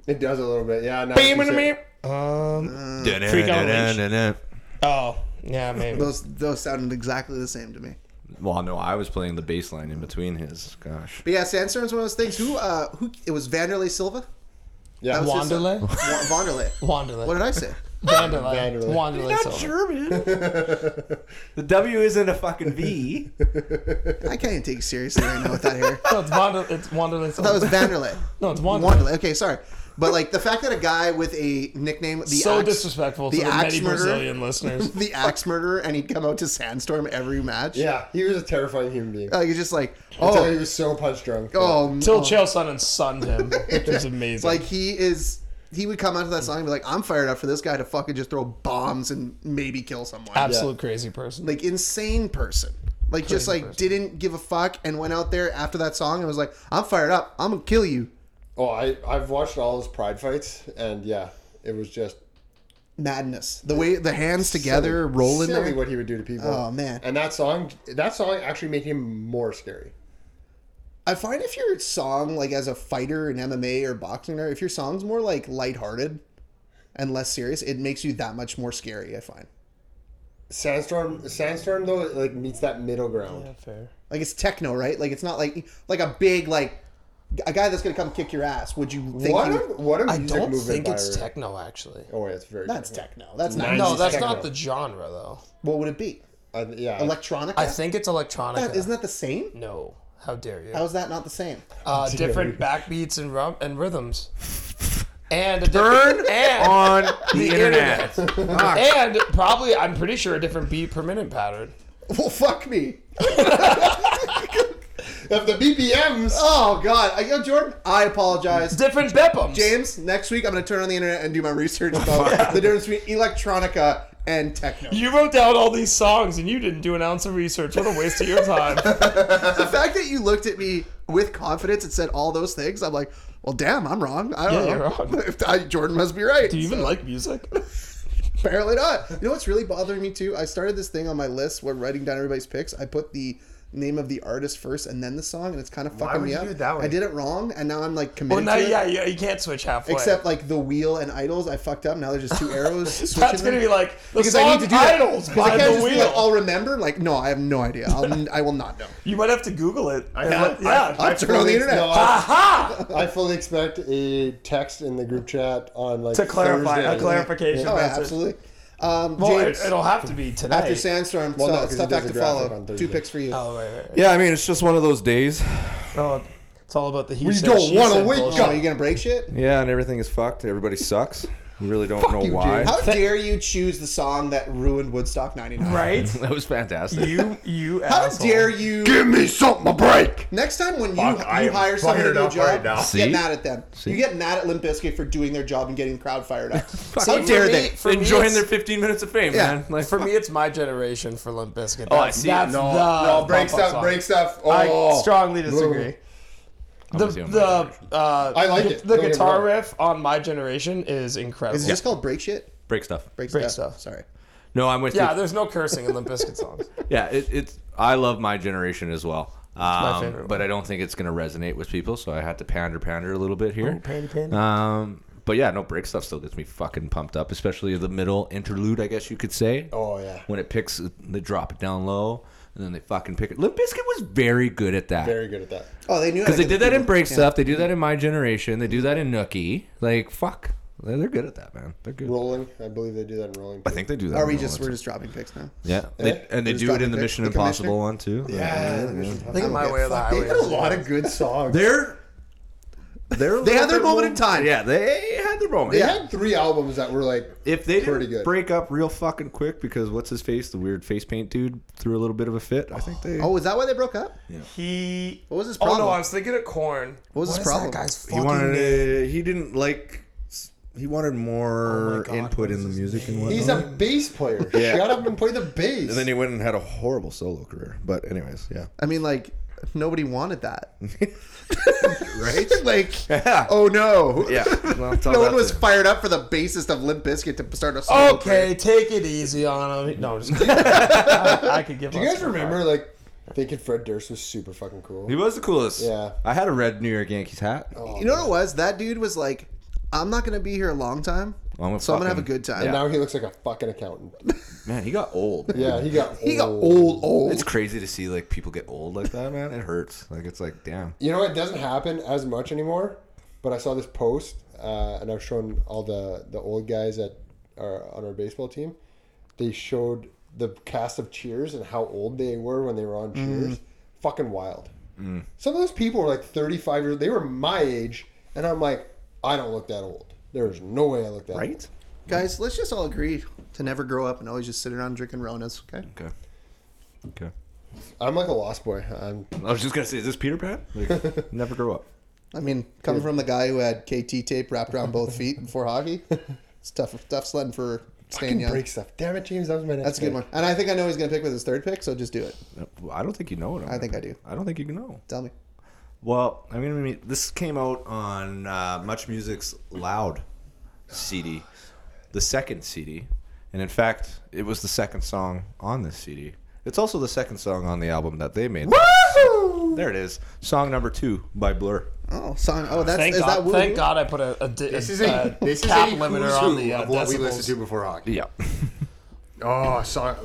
Speaker 3: It does a little bit, yeah. No,
Speaker 5: Bam,
Speaker 3: it's
Speaker 5: bam,
Speaker 3: just-
Speaker 5: bam. Um. Freak out Unleashed.
Speaker 4: Dun-dun-dun-dun-dun.
Speaker 5: Oh, yeah, maybe.
Speaker 2: Those those sounded exactly the same to me.
Speaker 4: Well, no, I was playing the bass line in between his. Gosh.
Speaker 2: But yeah, Sandstorm's one of those things. Who uh who it was Vanderlei Silva?
Speaker 3: Yeah.
Speaker 2: That was his-
Speaker 5: Wanderlei.
Speaker 2: Wa- Vanderlei.
Speaker 5: Wanderlei.
Speaker 2: What did I say?
Speaker 5: Wanderlei.
Speaker 3: Wanderlei.
Speaker 5: Wanderlei. Silva.
Speaker 4: German. the W isn't a fucking V.
Speaker 2: I can't even take you seriously right now with that hair.
Speaker 5: No, it's Wander. It's Wanderlei. Silva.
Speaker 2: That was Vanderlei.
Speaker 5: no, it's Wanderlei.
Speaker 2: Wanderlei. Okay, sorry. But like the fact that a guy with a nickname the
Speaker 5: so
Speaker 2: axe,
Speaker 5: disrespectful to
Speaker 2: the
Speaker 5: the many
Speaker 2: axe murderer.
Speaker 5: Brazilian listeners.
Speaker 2: the axe murderer and he'd come out to Sandstorm every match.
Speaker 3: Yeah, he was a terrifying human being.
Speaker 2: Like you're just like,
Speaker 3: Oh, he
Speaker 2: oh,
Speaker 3: was so punch drunk.
Speaker 2: oh,
Speaker 5: Till
Speaker 2: oh.
Speaker 5: Chael Sonnen sunned him, which is amazing.
Speaker 2: like he is. He would come out to that song and be like, I'm fired up for this guy to fucking just throw bombs and maybe kill someone.
Speaker 5: Absolute crazy person.
Speaker 2: Like insane person. Like just like
Speaker 5: Crazy person.
Speaker 2: didn't give a fuck and went out there after that song and was like, I'm fired up. I'm gonna kill you.
Speaker 3: Oh, I I've watched all his pride fights, and yeah, it was just
Speaker 2: Madness. The way the hands together rolling.
Speaker 3: silly what he would do to people.
Speaker 2: Oh, man.
Speaker 3: And that song, that song actually made him more scary.
Speaker 2: I find if your song, like as a fighter in MMA or boxing, or if your song's more like lighthearted and less serious, it makes you that much more scary. I find
Speaker 3: Sandstorm, Sandstorm though, it, like meets that middle ground.
Speaker 5: fair.
Speaker 2: like it's techno, right? Like it's not like like a big like a guy that's gonna come kick your ass. Would you think?
Speaker 3: What
Speaker 2: he
Speaker 3: a
Speaker 2: would-
Speaker 3: what a
Speaker 5: I
Speaker 3: music
Speaker 5: don't
Speaker 3: movement
Speaker 5: think
Speaker 3: by
Speaker 5: it's
Speaker 3: Ray.
Speaker 5: techno, actually.
Speaker 3: Oh, yeah, it's very.
Speaker 2: that's
Speaker 3: different.
Speaker 2: techno. That's not.
Speaker 5: No,
Speaker 3: It's
Speaker 5: that's
Speaker 3: techno.
Speaker 5: not the genre, though.
Speaker 2: What would it be?
Speaker 3: I th- uh, yeah,
Speaker 2: Electronic?
Speaker 5: I think it's electronic.
Speaker 2: Isn't that the same?
Speaker 5: No. How dare you?
Speaker 2: How is that not the same?
Speaker 5: Uh, different backbeats and rum- and rhythms. And a different- and
Speaker 4: On the internet.
Speaker 2: Ah.
Speaker 5: and probably I'm pretty sure a different beat per minute pattern.
Speaker 2: Well, fuck me.
Speaker 3: If the BPMs.
Speaker 2: Oh God, I, yo, Jordan. I apologize.
Speaker 5: Different BPMs.
Speaker 2: James, next week I'm gonna turn on the internet and do my research about the difference between electronica and techno.
Speaker 5: You wrote down all these songs and you didn't do an ounce of research. What a waste of your time.
Speaker 2: the fact that you looked at me with confidence and said all those things, I'm like, well, damn, I'm wrong. I don't
Speaker 5: Yeah,
Speaker 2: know.
Speaker 5: you're wrong.
Speaker 2: If I, Jordan must be right.
Speaker 5: Do you even like music?
Speaker 2: Apparently not. You know what's really bothering me too? I started this thing on my list where writing down everybody's picks. I put the name of the artist first and then the song, and it's kind of fucking
Speaker 6: would
Speaker 2: me
Speaker 6: you
Speaker 2: up.
Speaker 6: do it that way?
Speaker 2: I did it wrong, and now I'm like
Speaker 5: Well,
Speaker 2: committed
Speaker 5: now,
Speaker 2: to it.
Speaker 5: yeah, yeah, you can't switch halfway.
Speaker 2: Except like the wheel and idols, I fucked up. Now there's just two arrows. switching
Speaker 5: that's
Speaker 2: them.
Speaker 5: gonna be like the
Speaker 2: because
Speaker 5: song
Speaker 2: I need to do that.
Speaker 5: titles
Speaker 2: 'Cause I
Speaker 5: by
Speaker 2: can't
Speaker 5: the
Speaker 2: just be
Speaker 5: wheel.
Speaker 2: like, oh. I'll remember. Like, no, I have no idea. I'll, I will not know.
Speaker 5: you might have to Google it.
Speaker 6: I
Speaker 5: And
Speaker 6: have-
Speaker 5: let- yeah.
Speaker 2: I'll turn on the
Speaker 3: fully-
Speaker 2: internet.
Speaker 3: no, I-
Speaker 5: Aha!
Speaker 3: I fully expect a text in the group chat on like
Speaker 5: To clarify,
Speaker 3: Thursday.
Speaker 5: a clarification.
Speaker 2: Oh, yeah,
Speaker 5: message.
Speaker 2: absolutely. Um,
Speaker 5: Well,
Speaker 2: James,
Speaker 5: Oh, it, will have to be tonight.
Speaker 2: after Sandstorm,
Speaker 3: Well,
Speaker 2: so
Speaker 3: no, 'cause
Speaker 2: it's
Speaker 3: he
Speaker 2: tough
Speaker 3: does
Speaker 2: act
Speaker 3: a
Speaker 2: to
Speaker 3: graphic
Speaker 2: follow.
Speaker 3: on
Speaker 2: Two
Speaker 3: Thursday.
Speaker 2: picks for you.
Speaker 5: Oh, right, right, right.
Speaker 4: Yeah, I mean, it's just one of those days.
Speaker 5: Oh, it's all about the he
Speaker 3: We
Speaker 5: said,
Speaker 3: don't
Speaker 5: she
Speaker 3: wanna
Speaker 5: said
Speaker 3: wake
Speaker 5: bullshit.
Speaker 2: Oh, are you gonna break shit?
Speaker 4: Yeah, and everything is fucked. Everybody sucks. You really don't know why.
Speaker 2: How dare you choose the song that ruined Woodstock '99?
Speaker 5: Right?
Speaker 4: That was fantastic.
Speaker 5: You, you
Speaker 2: How
Speaker 5: asshole.
Speaker 2: dare you?
Speaker 6: Give me something a break.
Speaker 2: Next time when you,
Speaker 6: Fuck, I
Speaker 2: you
Speaker 6: am
Speaker 2: hire someone to
Speaker 6: fired
Speaker 2: do a
Speaker 6: up
Speaker 2: job,
Speaker 6: right now.
Speaker 2: get
Speaker 4: See?
Speaker 2: mad at them. You get mad at Limp Bizkit for doing their job and getting the crowd fired up.
Speaker 5: See,
Speaker 2: How
Speaker 5: for
Speaker 2: dare
Speaker 5: me-
Speaker 2: they?
Speaker 5: for me, it's-
Speaker 4: 15 minutes of fame,
Speaker 2: Yeah.
Speaker 4: Like,
Speaker 5: For me, it's my generation for Limp Bizkit.
Speaker 4: I
Speaker 5: That's-
Speaker 4: see.
Speaker 5: That's
Speaker 4: No,
Speaker 5: the
Speaker 3: no, break
Speaker 5: bump up
Speaker 3: stuff,
Speaker 5: song.
Speaker 3: break stuff.
Speaker 5: I
Speaker 3: Oh,
Speaker 5: strongly disagree.
Speaker 3: Blue.
Speaker 5: The,
Speaker 4: with you on
Speaker 5: the,
Speaker 4: my
Speaker 5: uh,
Speaker 3: I like
Speaker 5: gu-
Speaker 3: it.
Speaker 5: The
Speaker 3: Don't get me
Speaker 5: guitar
Speaker 3: wrong.
Speaker 5: riff on My Generation is incredible.
Speaker 2: Is it just called break shit?
Speaker 4: break stuff.
Speaker 2: Break,
Speaker 5: Break
Speaker 2: stuff.
Speaker 5: stuff.
Speaker 2: Sorry.
Speaker 4: No, I'm with
Speaker 5: yeah,
Speaker 4: you.
Speaker 5: there's no cursing in Limp Bizkit songs.
Speaker 4: Yeah, it, it's. I love my generation as well. Um,
Speaker 5: favorite
Speaker 4: but I don't think it's going to resonate with people, so I had to pander pander a little bit here. pander pander. Um, but yeah, no, break stuff still gets me fucking pumped up, especially the middle interlude, I guess you could say.
Speaker 3: Oh yeah,
Speaker 4: when it picks, they drop it down low, and then they fucking pick it. Limp Bizkit was very good at that.
Speaker 3: very good at that.
Speaker 2: Oh, they knew how
Speaker 4: Because
Speaker 2: to
Speaker 4: they
Speaker 2: get
Speaker 4: did
Speaker 2: the
Speaker 4: that in
Speaker 2: people-
Speaker 4: Break Stuff, they do that in My Generation, they do that in Nookie. Like, fuck. They're they're good at that, man. They're good.
Speaker 3: Rolling, I believe they do that in rolling.
Speaker 4: I think they do that.
Speaker 2: Are
Speaker 4: in
Speaker 2: we
Speaker 4: all
Speaker 2: just
Speaker 4: the
Speaker 2: we're
Speaker 4: time.
Speaker 2: just dropping picks now?
Speaker 4: yeah, they, and they
Speaker 2: We're
Speaker 4: do
Speaker 2: just
Speaker 4: it in the
Speaker 2: dropping
Speaker 4: Mission
Speaker 2: the
Speaker 4: Impossible one too. Yeah,
Speaker 5: I think
Speaker 2: I'm
Speaker 5: My
Speaker 2: gonna
Speaker 5: Way or the
Speaker 2: get
Speaker 5: Highway.
Speaker 2: fucked.
Speaker 5: is-
Speaker 3: lot of good songs.
Speaker 4: they're
Speaker 3: They're a
Speaker 2: They
Speaker 3: little
Speaker 2: had their
Speaker 3: bit
Speaker 2: moment
Speaker 3: more-
Speaker 2: in time.
Speaker 4: Yeah, they had their moment.
Speaker 3: They had three albums that were like
Speaker 4: If they
Speaker 3: Pretty
Speaker 4: didn't
Speaker 3: good.
Speaker 4: break up real fucking quick because what's his face, the weird face paint dude, threw a little bit of a fit, I think they.
Speaker 2: Oh, is that why they broke up?
Speaker 5: He.
Speaker 2: What was his
Speaker 5: Oh
Speaker 2: problem?
Speaker 5: no, I was thinking of corn.
Speaker 2: What was his problem?
Speaker 5: guy's
Speaker 4: he
Speaker 5: fucking
Speaker 4: wanted.
Speaker 5: name?
Speaker 4: uh, he didn't like. He wanted more input in the music and whatnot.
Speaker 3: he's a bass player. Shut up and play the bass.
Speaker 4: and then he went and had a horrible solo career. But anyways, yeah.
Speaker 2: I mean, like nobody wanted that,
Speaker 4: Right?
Speaker 2: like.
Speaker 4: yeah.
Speaker 2: Oh no!
Speaker 4: Yeah. Well, it's all
Speaker 2: no one
Speaker 4: about
Speaker 2: was
Speaker 4: the-
Speaker 2: fired up for the bassist of Limp Bizkit to start a solo career.
Speaker 5: Okay, take it easy on him. No, I'm just kidding. I, I could give.
Speaker 3: Do you guys remember like thinking Fred Durst was super fucking cool?
Speaker 4: He was the coolest.
Speaker 3: Yeah.
Speaker 4: I had a red New York Yankees hat.
Speaker 2: You know what it was? That dude was like, "I'm not gonna be here a long time,
Speaker 4: I'm gonna
Speaker 2: so I'm gonna have a
Speaker 4: fucking-
Speaker 2: good time."
Speaker 4: Yeah.
Speaker 3: Now he looks like a fucking accountant.
Speaker 4: Man, he got old.
Speaker 3: Yeah, he got
Speaker 2: He got old, old.
Speaker 4: It's crazy to see like people get old like that, man. It hurts. Like it's like damn.
Speaker 3: You know it doesn't happen as much anymore. But I saw this post, uh, and I've shown all the the old guys that are on our baseball team. They showed the cast of Cheers and how old they were when they were on
Speaker 2: Mm.
Speaker 3: Cheers. Fucking wild. Some of those people were like 35 years. They were my age, and I'm like, I don't look that old. There's no way I look that old.
Speaker 4: Right?
Speaker 2: Guys, let's just all agree to never grow up and always just sit around drinking Ronas. Okay.
Speaker 4: Okay. Okay.
Speaker 3: I'm like a lost boy. I'm
Speaker 4: I was just gonna say, is this Peter Pan? Like, never grow up.
Speaker 2: I mean, coming from the guy who had KT tape wrapped around both feet before hockey, it's tough, tough sledding for staying
Speaker 3: fucking
Speaker 2: young.
Speaker 3: break stuff. Damn it, James. That was my next.
Speaker 2: That's a good
Speaker 3: pick.
Speaker 2: one, and I think I know he's gonna pick with his third pick. So just do it.
Speaker 4: Well, I don't think you know what. I'm
Speaker 2: I think
Speaker 4: gonna
Speaker 2: I
Speaker 4: pick.
Speaker 2: do.
Speaker 4: I don't think you know.
Speaker 2: Tell me.
Speaker 4: Well, I mean, I mean this came out on uh, Much Music's Loud CD, the second CD, and in fact, it was the second song on this CD. It's also the second song on the album that they made. There it is, song number two by Blur.
Speaker 2: Oh, song. Oh, that's
Speaker 5: Thank
Speaker 2: is
Speaker 5: God,
Speaker 2: that woo?
Speaker 5: thank God I put a, a, di-
Speaker 6: This
Speaker 5: a-
Speaker 6: is a,
Speaker 5: a
Speaker 6: this is
Speaker 5: Uh, cap
Speaker 6: a
Speaker 5: limiter
Speaker 6: who's
Speaker 5: on
Speaker 6: who
Speaker 5: the uh,
Speaker 6: of what
Speaker 5: decibels.
Speaker 6: we listened to before hockey.
Speaker 4: Yeah.
Speaker 6: Oh, sorry.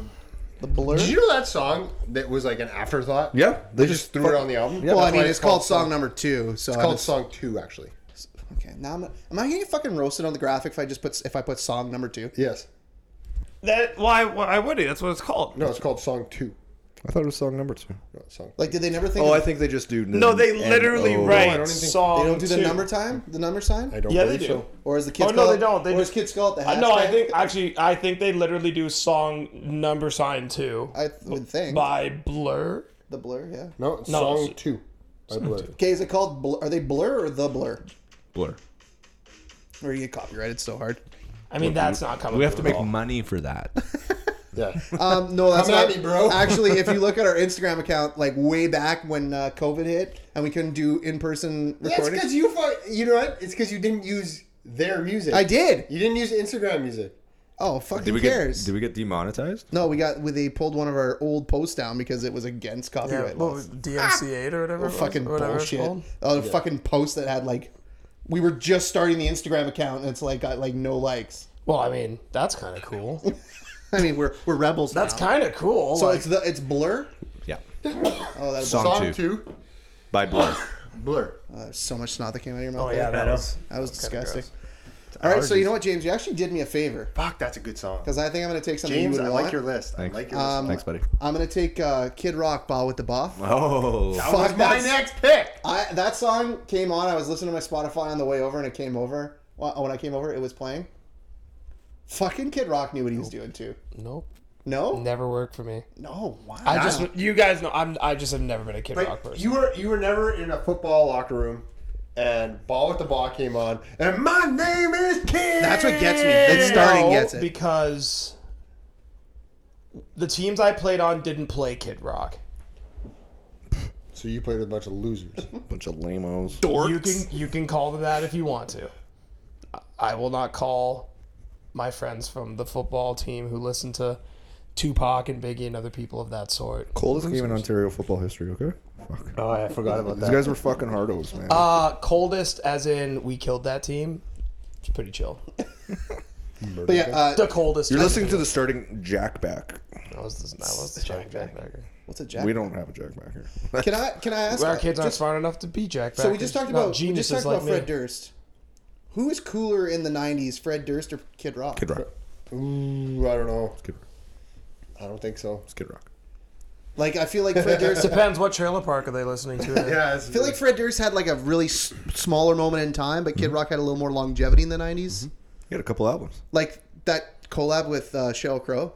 Speaker 2: The blur.
Speaker 6: Did you know that song that was like an afterthought?
Speaker 4: Yeah,
Speaker 6: They just threw it on the album.
Speaker 2: well, I
Speaker 6: That's why
Speaker 2: mean, it's called song number two. So
Speaker 6: It's called song two, actually.
Speaker 2: Okay, now I'm, am I getting fucking roasted on the graphic if I just put if I put song number two?
Speaker 3: Yes.
Speaker 1: That why why would he? That's what it's called.
Speaker 3: No, it's called song two.
Speaker 4: I thought it was song number two.
Speaker 3: No, it's song.
Speaker 2: Like, did they never think?
Speaker 4: Oh, I
Speaker 2: of,
Speaker 4: think they just do.
Speaker 1: No, they literally
Speaker 4: oh.
Speaker 1: write
Speaker 3: I don't even think-
Speaker 1: song.
Speaker 2: they don't do the
Speaker 1: two.
Speaker 2: number time, the number sign,
Speaker 3: I don't.
Speaker 5: Yeah, they
Speaker 3: believe
Speaker 5: do.
Speaker 3: So.
Speaker 2: or is the kid?
Speaker 5: Oh, no, they don't. They
Speaker 2: or
Speaker 5: just-
Speaker 2: is kid skull at the
Speaker 5: I
Speaker 2: hashtag?
Speaker 5: know. I think actually, I think they literally do song number sign two
Speaker 2: I would think
Speaker 5: by Blur.
Speaker 2: the blur. Yeah.
Speaker 3: No, it's
Speaker 5: No,
Speaker 3: song
Speaker 5: it's-
Speaker 3: two. I believe.
Speaker 2: Okay, is it called? Blur? Are they blur or the blur?
Speaker 4: Blur.
Speaker 2: Or you get copyrighted so hard.
Speaker 5: I mean, that's not coming.
Speaker 4: We have to
Speaker 5: through
Speaker 4: make
Speaker 5: at all.
Speaker 4: money for that.
Speaker 3: Yeah.
Speaker 2: Um, no, that's
Speaker 3: Come at
Speaker 2: not
Speaker 3: me, bro.
Speaker 2: Actually, if you look at our Instagram account, like way back when uh, COVID hit and we couldn't do in person
Speaker 3: That's
Speaker 2: recording,
Speaker 3: because you fu- you know what? It's because you didn't use their music.
Speaker 2: I did.
Speaker 3: You didn't use Instagram music.
Speaker 2: Oh, fucking
Speaker 4: Did we get?
Speaker 2: cares.
Speaker 4: Did we get demonetized?
Speaker 2: No, we got we, they pulled one of our old posts down because it was against
Speaker 5: Yeah,
Speaker 2: copyright
Speaker 5: what
Speaker 2: laws.
Speaker 5: was it, DMCA or whatever. it was,
Speaker 2: fucking
Speaker 5: or whatever it's
Speaker 2: bullshit.
Speaker 5: called?
Speaker 2: Oh, the fucking post that had like we were just starting the Instagram account and it's like got like no likes.
Speaker 5: Well, I mean, that's kind of cool.
Speaker 2: I mean, we're we're rebels.
Speaker 5: That's
Speaker 2: now.
Speaker 5: kind of cool.
Speaker 2: so
Speaker 5: like-
Speaker 2: it's the it's blur.
Speaker 4: Yeah.
Speaker 2: Oh, that's
Speaker 4: Song,
Speaker 3: Song
Speaker 4: two,
Speaker 3: two,
Speaker 4: by Blur.
Speaker 3: Blur.
Speaker 2: there's so much snot that came out of your mouth.
Speaker 5: oh yeah,
Speaker 2: there.
Speaker 5: that was.
Speaker 2: that was disgusting. All right, so you know what, James, you actually did me a favor
Speaker 6: Fuck, that's a good song.
Speaker 2: because I think I'm gonna take something
Speaker 6: James,
Speaker 2: you
Speaker 6: I
Speaker 2: would
Speaker 6: like
Speaker 2: want.
Speaker 6: your list.
Speaker 4: Thanks.
Speaker 6: I
Speaker 4: Uh,
Speaker 6: like your list.
Speaker 2: Um,
Speaker 4: Thanks, buddy.
Speaker 2: I'm gonna take uh, Kid Rock ball with the Bah.
Speaker 4: Oh.
Speaker 6: that was
Speaker 2: fuck,
Speaker 6: my
Speaker 2: that's-
Speaker 6: next pick.
Speaker 2: I that song came on. I was listening to my Spotify on the way over, and it came over. Well, when I came over, it was playing. Fucking Kid Rock knew what he was doing too.
Speaker 5: Nope,
Speaker 2: No,
Speaker 5: never worked for me.
Speaker 2: no, wow.
Speaker 5: I just, you guys know, I'm, I just have never been a Kid Rock
Speaker 6: Like,
Speaker 5: person.
Speaker 6: you were you were never in a football locker room, and Ball with the Ball came on, and my name is Kid.
Speaker 2: That's what gets me. It's starting
Speaker 5: No,
Speaker 2: gets it.
Speaker 5: because the teams I played on didn't play Kid Rock.
Speaker 3: So you played with a bunch of losers.
Speaker 4: Bunch of lamos.
Speaker 5: You can you can call them that if you want to. I- I will not call my friends from the football team who listen to Tupac and Biggie and other people of that sort.
Speaker 4: Coldest game in Ontario football history, okay? Fuck.
Speaker 3: oh, I forgot about
Speaker 4: These guys were fucking hardos, man.
Speaker 5: Uh, coldest, as in we killed that team. It's pretty chill.
Speaker 2: But yeah, uh,
Speaker 5: The coldest.
Speaker 4: You're listening to the starting jackback.
Speaker 5: That was the, that was the Jack Jackbacker.
Speaker 2: what's a jack?
Speaker 4: We don't have a jackback here.
Speaker 2: Can I can I ask?
Speaker 5: Our kids aren't
Speaker 2: just-
Speaker 5: smart enough to be Jackbackers.
Speaker 2: so we just talked
Speaker 5: Not
Speaker 2: about we just
Speaker 5: geniuses
Speaker 2: talked about
Speaker 5: like
Speaker 2: Fred
Speaker 5: me.
Speaker 2: Durst. Who is cooler in the '90s, Fred Durst or Kid Rock?
Speaker 4: Kid Rock.
Speaker 3: Ooh, I don't know.
Speaker 4: Kid,
Speaker 3: I don't think so.
Speaker 4: it's Kid Rock.
Speaker 2: Like I feel like Fred Durst. I
Speaker 5: Depends what trailer park are they listening to.
Speaker 6: Yeah, it's
Speaker 2: feel like Fred Durst had like a really s- smaller moment in time, but
Speaker 4: Mm-hmm.
Speaker 2: Kid Rock had a little more longevity in the '90s.
Speaker 5: Mm-hmm.
Speaker 4: You got a couple albums.
Speaker 2: Like that collab with uh, Sheryl Crow.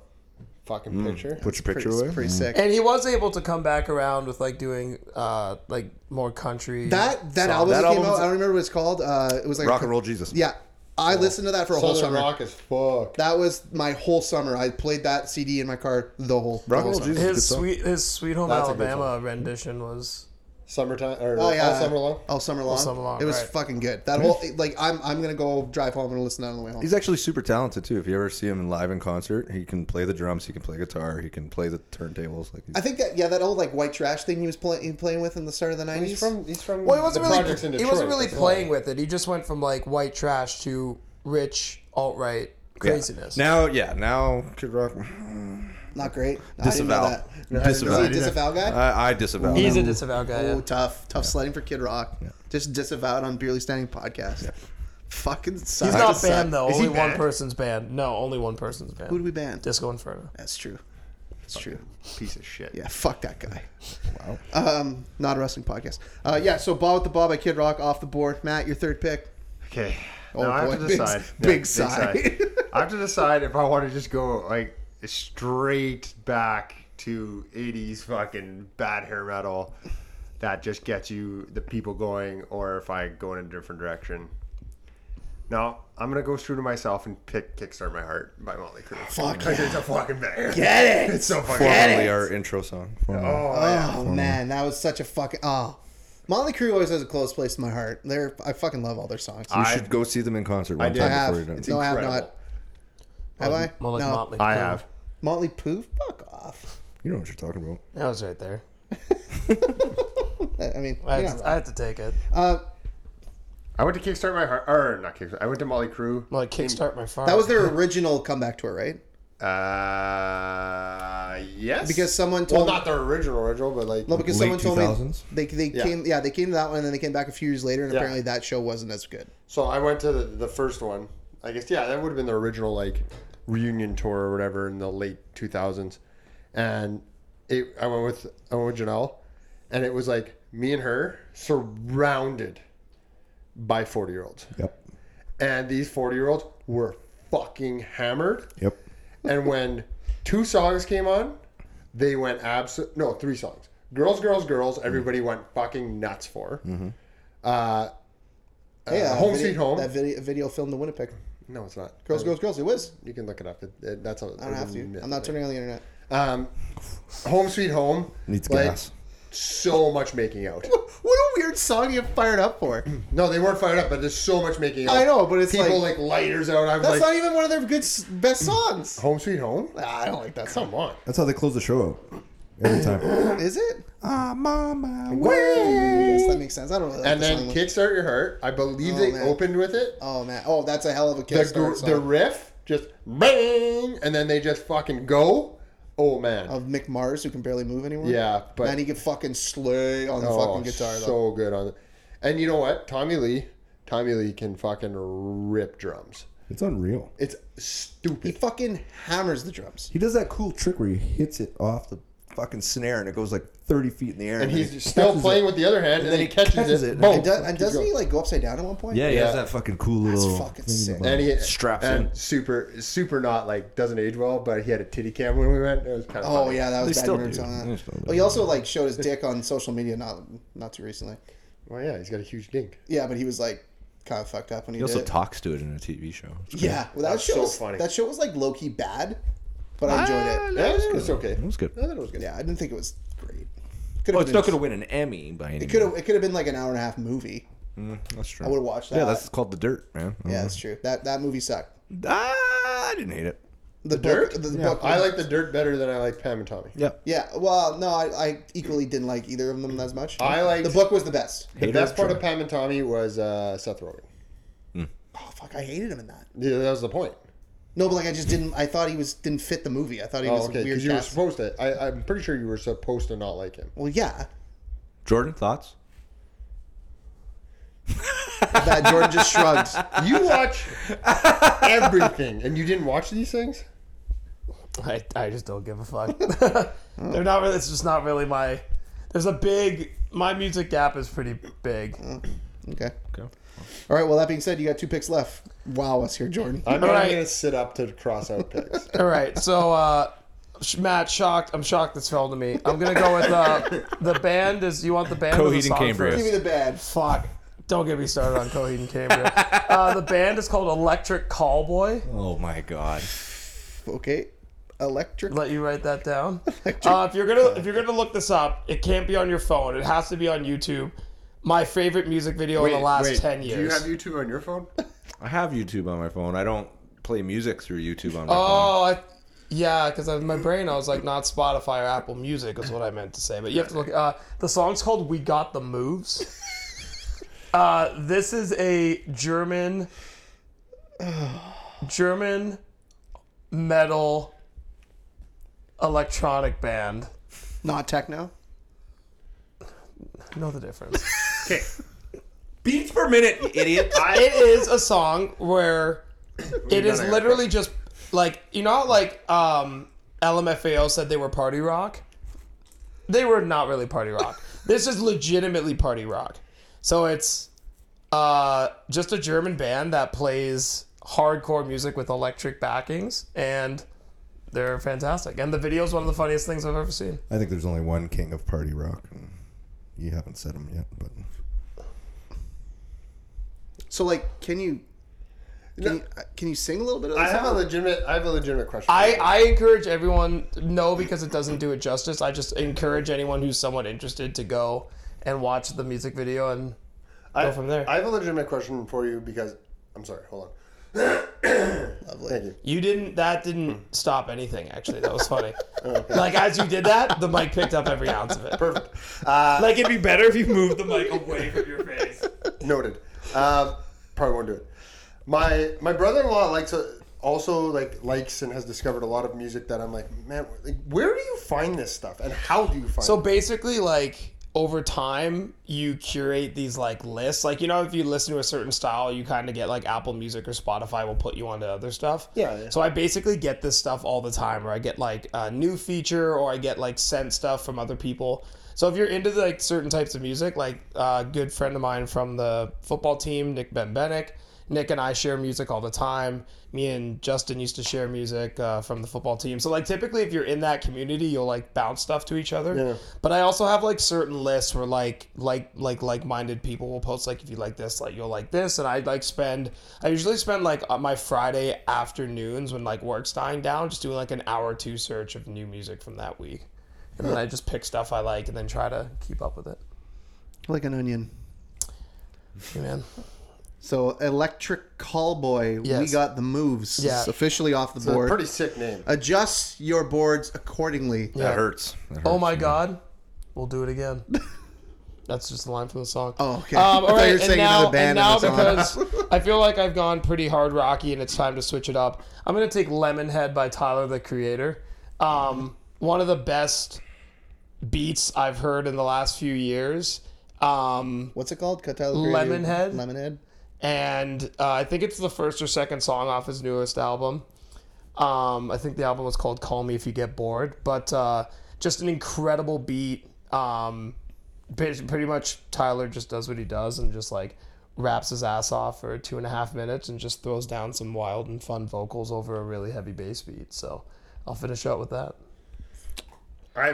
Speaker 3: Fucking picture.
Speaker 4: Hmm. Put your picture
Speaker 2: Pretty,
Speaker 4: away.
Speaker 2: pretty sick.
Speaker 5: And he was able to come back around with like doing uh like more country.
Speaker 2: That that
Speaker 4: So
Speaker 2: album
Speaker 4: that
Speaker 2: that came out.
Speaker 4: album's-
Speaker 2: I don't remember what it's called. Uh, it was like
Speaker 4: Rock and Roll Jesus.
Speaker 2: Yeah, I listened to that for a whole
Speaker 3: Southern
Speaker 2: summer.
Speaker 3: rock is fuck.
Speaker 2: That was my whole summer. I played that CD in my car the whole. the
Speaker 4: Rock
Speaker 2: whole
Speaker 4: and Roll
Speaker 2: summer.
Speaker 4: Jesus. is
Speaker 5: his
Speaker 4: a good song.
Speaker 5: sweet his sweet home
Speaker 3: That's a good
Speaker 5: Alabama rendition was
Speaker 3: Summertime or
Speaker 2: Oh yeah,
Speaker 3: all summer long.
Speaker 2: All summer long.
Speaker 5: summer long,
Speaker 2: It was
Speaker 5: right.
Speaker 2: fucking good. That whole like I'm I'm gonna go drive home and listen to that on the way home.
Speaker 4: He's actually super talented too. If you ever see him live in concert, he can play the drums, he can play guitar, he can play the turntables. Like he's,
Speaker 2: I think that yeah, that old like white trash thing he was playing he was playing with in the start of the nineties.
Speaker 3: He's from. He's from.
Speaker 5: Well, he wasn't
Speaker 3: the
Speaker 5: really
Speaker 3: projects in
Speaker 5: he wasn't
Speaker 3: Detroit,
Speaker 5: really
Speaker 3: that's
Speaker 5: playing with it. He just went from like white trash to rich alt right craziness.
Speaker 4: now, yeah, now Kid Rock.
Speaker 2: not great.
Speaker 4: Disavow.
Speaker 2: I didn't know that. Is
Speaker 4: Disavow.
Speaker 2: he a disavow guy?
Speaker 4: I, I disavow.
Speaker 5: He's a
Speaker 4: him.
Speaker 5: disavow guy.
Speaker 2: oh,
Speaker 5: Yeah.
Speaker 2: tough, tough sledding for Kid Rock. Just disavowed on Beerly Standing podcast. Fucking sucks.
Speaker 5: He's not
Speaker 2: Sucks.
Speaker 5: banned though.
Speaker 2: Is he
Speaker 5: Only one
Speaker 2: banned?
Speaker 5: person's banned. No, only one person's banned.
Speaker 2: Who do we ban?
Speaker 5: Disco Inferno.
Speaker 2: That's true. That's true.
Speaker 6: piece of shit.
Speaker 2: Yeah, fuck that guy. Wow. Um, not a wrestling podcast. Uh, yeah. So ball with the ball by Kid Rock off the board. Matt, your third pick.
Speaker 6: Okay.
Speaker 2: Oh,
Speaker 6: now I have
Speaker 2: boy.
Speaker 6: to
Speaker 2: Big-
Speaker 6: decide.
Speaker 2: big sigh.
Speaker 6: I have to decide if I want to just go like straight back to 80s fucking bad hair metal that just gets you the people going, or if I go in a different direction. No, I'm gonna go true to myself and pick "Kickstart My Heart" by Motley Crue. Fuck, it's a fucking banger. Get it? It's so fucking.
Speaker 4: formerly our intro song. Formerly.
Speaker 6: Oh,
Speaker 2: Oh man, that was such a fucking oh. Motley Crue always has a close place in my heart. They're I fucking love all their songs.
Speaker 4: you
Speaker 2: I,
Speaker 4: should go see them in concert one
Speaker 6: did.
Speaker 4: time
Speaker 6: I
Speaker 2: have.
Speaker 4: before you're done.
Speaker 2: No, I have
Speaker 6: incredible.
Speaker 2: not. Have I?
Speaker 5: More like
Speaker 2: no.
Speaker 5: Motley
Speaker 6: I
Speaker 5: Crue.
Speaker 6: have.
Speaker 2: Motley Pooh? Fuck off.
Speaker 4: You know what you're talking about.
Speaker 5: That was right there.
Speaker 2: I I mean, Uh,
Speaker 5: I
Speaker 2: you're not
Speaker 5: had, to,
Speaker 2: wrong.
Speaker 5: I had to take it.
Speaker 6: I went to Kickstart My Heart, or not Kickstart. I went to Motley Crue.
Speaker 5: Like kickstart my farm.
Speaker 2: that was their original comeback tour, right?
Speaker 6: Uh, yes.
Speaker 2: Because someone
Speaker 3: Well,
Speaker 2: told
Speaker 3: not their original original, but like
Speaker 2: no, because someone
Speaker 4: Late
Speaker 2: told
Speaker 4: 2000s?
Speaker 2: me they they came yeah they came to that one and then they came back a few years later and
Speaker 3: Yeah.
Speaker 2: apparently that show wasn't as good.
Speaker 3: So I went to the, the first one. I guess yeah, that would have been the original like reunion tour or whatever in the late two thousands, and it I went with I went with Janelle, and it was like me and her surrounded by forty year olds,
Speaker 4: Yep.
Speaker 3: and these forty year olds were fucking hammered,
Speaker 4: Yep.
Speaker 3: and when two songs came on, they went abs no three songs. Girls, girls, girls. Everybody went fucking nuts for.
Speaker 2: Hey, uh,
Speaker 3: Home
Speaker 2: video-
Speaker 3: Sweet Home.
Speaker 2: That video video filmed in Winnipeg.
Speaker 3: No, it's not.
Speaker 2: Girls, girls, girls. It was.
Speaker 3: You can look it up. It, it, that's
Speaker 2: I don't have to.
Speaker 3: Mm,
Speaker 2: I'm not turning on the internet.
Speaker 3: Um, home sweet home
Speaker 4: Needs
Speaker 3: like,
Speaker 4: gas.
Speaker 3: So much making out.
Speaker 2: What a weird song you fired up for.
Speaker 3: No, they weren't fired up, but there's so much making out.
Speaker 2: I know, but it's
Speaker 3: people
Speaker 2: like-
Speaker 3: like, lighters out. I'm
Speaker 2: That's
Speaker 3: like Oh.
Speaker 2: not even one of their good s- best songs.
Speaker 3: home sweet home.
Speaker 2: I don't like that song.
Speaker 3: Come on.
Speaker 4: That's how they close the show out every time. Ah,
Speaker 2: Is it?
Speaker 4: I'm on my
Speaker 2: I
Speaker 4: way.
Speaker 2: guess that makes sense. I don't really like
Speaker 3: And
Speaker 2: the
Speaker 3: then
Speaker 2: song much.
Speaker 3: kickstart your heart. I believe
Speaker 2: Oh,
Speaker 3: they
Speaker 2: man.
Speaker 3: opened with it.
Speaker 2: Oh man. Oh, that's a hell of a
Speaker 3: The,
Speaker 2: kickstart
Speaker 3: gr-
Speaker 2: song
Speaker 3: the riff just bang, and then they just fucking go. Oh man.
Speaker 2: of Mick Mars who can barely move anymore.
Speaker 3: Yeah, but-
Speaker 2: and he can fucking slay on the
Speaker 3: Oh,
Speaker 2: fucking guitar
Speaker 3: so
Speaker 2: though.
Speaker 3: good on. And you know what? Tommy Lee. Tommy Lee can fucking rip drums.
Speaker 4: It's unreal.
Speaker 3: It's
Speaker 2: He
Speaker 3: stupid.
Speaker 2: fucking hammers the drums.
Speaker 3: Oh,
Speaker 4: He does that cool trick where he hits it off the fucking snare and it goes like 30 feet in the air.
Speaker 3: And
Speaker 4: then
Speaker 3: he's
Speaker 4: he
Speaker 3: still
Speaker 4: catches
Speaker 3: playing
Speaker 4: it.
Speaker 3: with the other hand, and, then he catches, it.
Speaker 4: and
Speaker 3: Boom.
Speaker 2: And, do- and doesn't he like go upside down at one point?
Speaker 4: Yeah, Oh, he has
Speaker 3: Yeah.
Speaker 4: that fucking cool little.
Speaker 2: fucking
Speaker 4: thing in the
Speaker 2: sick.
Speaker 4: bottom.
Speaker 3: and he
Speaker 4: straps
Speaker 3: and
Speaker 4: in.
Speaker 3: super super not like doesn't age well, but he had a titty cam when we went. It was kind of
Speaker 2: Oh yeah, that was
Speaker 4: They
Speaker 2: bad
Speaker 4: still
Speaker 2: nerds
Speaker 4: do.
Speaker 2: on
Speaker 4: They
Speaker 2: that.
Speaker 4: still do.
Speaker 2: Oh, he also like showed his dick on social media not not too recently.
Speaker 3: Well, yeah, he's got a huge dink.
Speaker 2: Yeah, but he was like kind of fucked up when he,
Speaker 4: He
Speaker 2: did
Speaker 4: also
Speaker 2: it.
Speaker 4: talks to it in a TV show.
Speaker 2: yeah, well, that
Speaker 3: That's
Speaker 2: show
Speaker 3: so
Speaker 2: was,
Speaker 3: funny.
Speaker 2: That show was like low key bad, but I enjoyed it.
Speaker 3: Yeah, it's, it's okay.
Speaker 4: It was good.
Speaker 3: I thought it was good.
Speaker 2: Yeah, I didn't think it was great. Could
Speaker 4: Oh,
Speaker 2: have
Speaker 4: it's not going to win an Emmy by any
Speaker 2: It could have. It could have been like an hour and a half movie.
Speaker 4: That's true.
Speaker 2: I would've watched
Speaker 4: Yeah,
Speaker 2: that.
Speaker 4: that's called The Dirt, man.
Speaker 2: Yeah, that's true. That that movie sucked.
Speaker 4: Ah, I didn't hate it.
Speaker 2: The, book,
Speaker 3: Dirt.
Speaker 2: The,
Speaker 3: yeah.
Speaker 2: book.
Speaker 3: I like the dirt better than I like Pam and Tommy.
Speaker 4: Yeah.
Speaker 2: Yeah. Well, no, I, I equally didn't like either of them as much.
Speaker 3: I liked-
Speaker 2: the book was the best.
Speaker 3: The
Speaker 4: Hater
Speaker 3: best part
Speaker 4: Troy.
Speaker 3: of Pam and Tommy was uh, Seth Rogen.
Speaker 2: Oh fuck, I hated him in that.
Speaker 3: Yeah, that was the point.
Speaker 2: No, but like I just didn't. I thought he was didn't fit the movie. I thought he
Speaker 3: Oh,
Speaker 2: was
Speaker 3: okay,
Speaker 2: a weird.
Speaker 3: because you were
Speaker 2: cast.
Speaker 3: supposed to. I, I'm pretty sure you were supposed to not like him.
Speaker 2: well, yeah.
Speaker 4: Jordan, thoughts?
Speaker 2: That Jordan just shrugged.
Speaker 3: You watch everything, and you didn't watch these things.
Speaker 5: I, I just don't give a fuck. They're not really. It's just not really my. There's a big. My music gap is pretty big.
Speaker 2: Okay. Okay. All right. Well, that being said, you got two picks left. Wow, us here, Jordan.
Speaker 3: I'm
Speaker 5: All
Speaker 3: not
Speaker 5: right.
Speaker 3: gonna sit up to cross out picks.
Speaker 5: All right, so uh, sh- Matt, shocked. I'm shocked this fell to me. I'm gonna go with uh, the band. Is you want the band? or the
Speaker 4: Coheed and
Speaker 5: song
Speaker 4: Cambria.
Speaker 5: first?
Speaker 2: Give me the bad.
Speaker 5: Fuck. Don't get me started on Coheed and Cambria. Uh, the band is called Electric Callboy.
Speaker 4: Oh my god.
Speaker 2: Okay. Electric.
Speaker 5: Let you write that down. Uh, if you're gonna if you're gonna look this up, it can't be on your phone. It has to be on YouTube. My favorite music video in the last ten years.
Speaker 6: Do you have YouTube on your phone?
Speaker 4: I have YouTube on my phone. I don't play music through YouTube on my phone.
Speaker 5: Oh, I, yeah, because in my brain I was like, not Spotify or Apple Music is what I meant to say. But you have to look. Uh, the song's called "We Got the Moves." uh, this is a German, German metal electronic band.
Speaker 2: Not techno.
Speaker 5: Know the difference.
Speaker 4: Beats per minute, you idiot.
Speaker 5: it is a song where it is
Speaker 6: done it.
Speaker 5: literally just like you know how like um LMFAO said they were party rock. They were not really party rock. this is legitimately party rock. So it's uh just a German band that plays hardcore music with electric backings and they're fantastic. And the video is one of the funniest things I've ever seen.
Speaker 7: I think there's only one king of party rock. And you haven't said him yet, but
Speaker 2: So, like, can you can, you, uh, can you sing a little bit of
Speaker 3: I
Speaker 2: this?
Speaker 3: have a legitimate. I have a legitimate question.
Speaker 5: I, I encourage everyone no because it doesn't do it justice. I just encourage anyone who's somewhat interested to go and watch the music video and
Speaker 3: I,
Speaker 5: go from there.
Speaker 3: I have a legitimate question for you because I'm sorry. Hold on. Lovely. Thank you.
Speaker 5: you didn't that didn't stop anything actually. That was funny. like as you did that, the mic picked up every ounce of it.
Speaker 3: Perfect.
Speaker 5: Like it'd be better if you moved the mic away from your face.
Speaker 3: Noted. Um, probably won't do it. My my brother-in-law likes a, also like likes and has discovered a lot of music that I'm like, man, like, where do you find this stuff and how do you find?
Speaker 5: So
Speaker 3: it?
Speaker 5: basically, like over time, you curate these like lists. Like you know, if you listen to a certain style, you kind of get like Apple Music or Spotify will put you onto other stuff.
Speaker 3: Yeah, yeah.
Speaker 5: So I basically get this stuff all the time, where I get like a new feature or I get like sent stuff from other people. So if you're into like certain types of music, like uh, a good friend of mine from the football team, Nick Benbenek. Nick and I share music all the time. Me and Justin used to share music uh, from the football team. So like typically, if you're in that community, you'll like bounce stuff to each other. But I also have like certain lists where like like like like minded people will post like if you like this, like you'll like this, and I like spend. I usually spend like on my Friday afternoons when like work's dying down, just doing like an hour or two search of new music from that week, and then I just pick stuff I like and then try to keep up with it.
Speaker 2: like an onion.
Speaker 5: Yeah, man.
Speaker 2: So, Electric Callboy. We
Speaker 5: Yes.
Speaker 2: got the moves.
Speaker 5: Yeah.
Speaker 2: It's officially off the
Speaker 3: It's a
Speaker 2: board.
Speaker 3: pretty sick name.
Speaker 2: Adjust your boards accordingly.
Speaker 5: Yeah.
Speaker 4: That hurts. That hurts.
Speaker 5: Oh my god, we'll do it again. That's just a line from the song.
Speaker 2: Oh, okay.
Speaker 5: Um,
Speaker 2: I
Speaker 5: all
Speaker 2: thought
Speaker 5: right,
Speaker 2: you were
Speaker 5: and
Speaker 2: saying
Speaker 5: now,
Speaker 2: another
Speaker 5: and
Speaker 2: band
Speaker 5: now
Speaker 2: and a
Speaker 5: because I feel like I've gone pretty hard rocky and it's time to switch it up. I'm gonna take Lemonhead by Tyler the Creator. Um, one of the best beats I've heard in the last few years. Um,
Speaker 2: What's it called? Cut Tyler the Creator?
Speaker 5: Lemonhead?
Speaker 2: Lemonhead.
Speaker 5: and uh, I think it's the first or second song off his newest album. Um, I think the album was called "Call Me If You Get Bored," but uh, just an incredible beat. Um, pre- pretty much, Tyler just does what he does and just like raps his ass off for two and a half minutes and just throws down some wild and fun vocals over a really heavy bass beat. So I'll finish up with that.
Speaker 3: i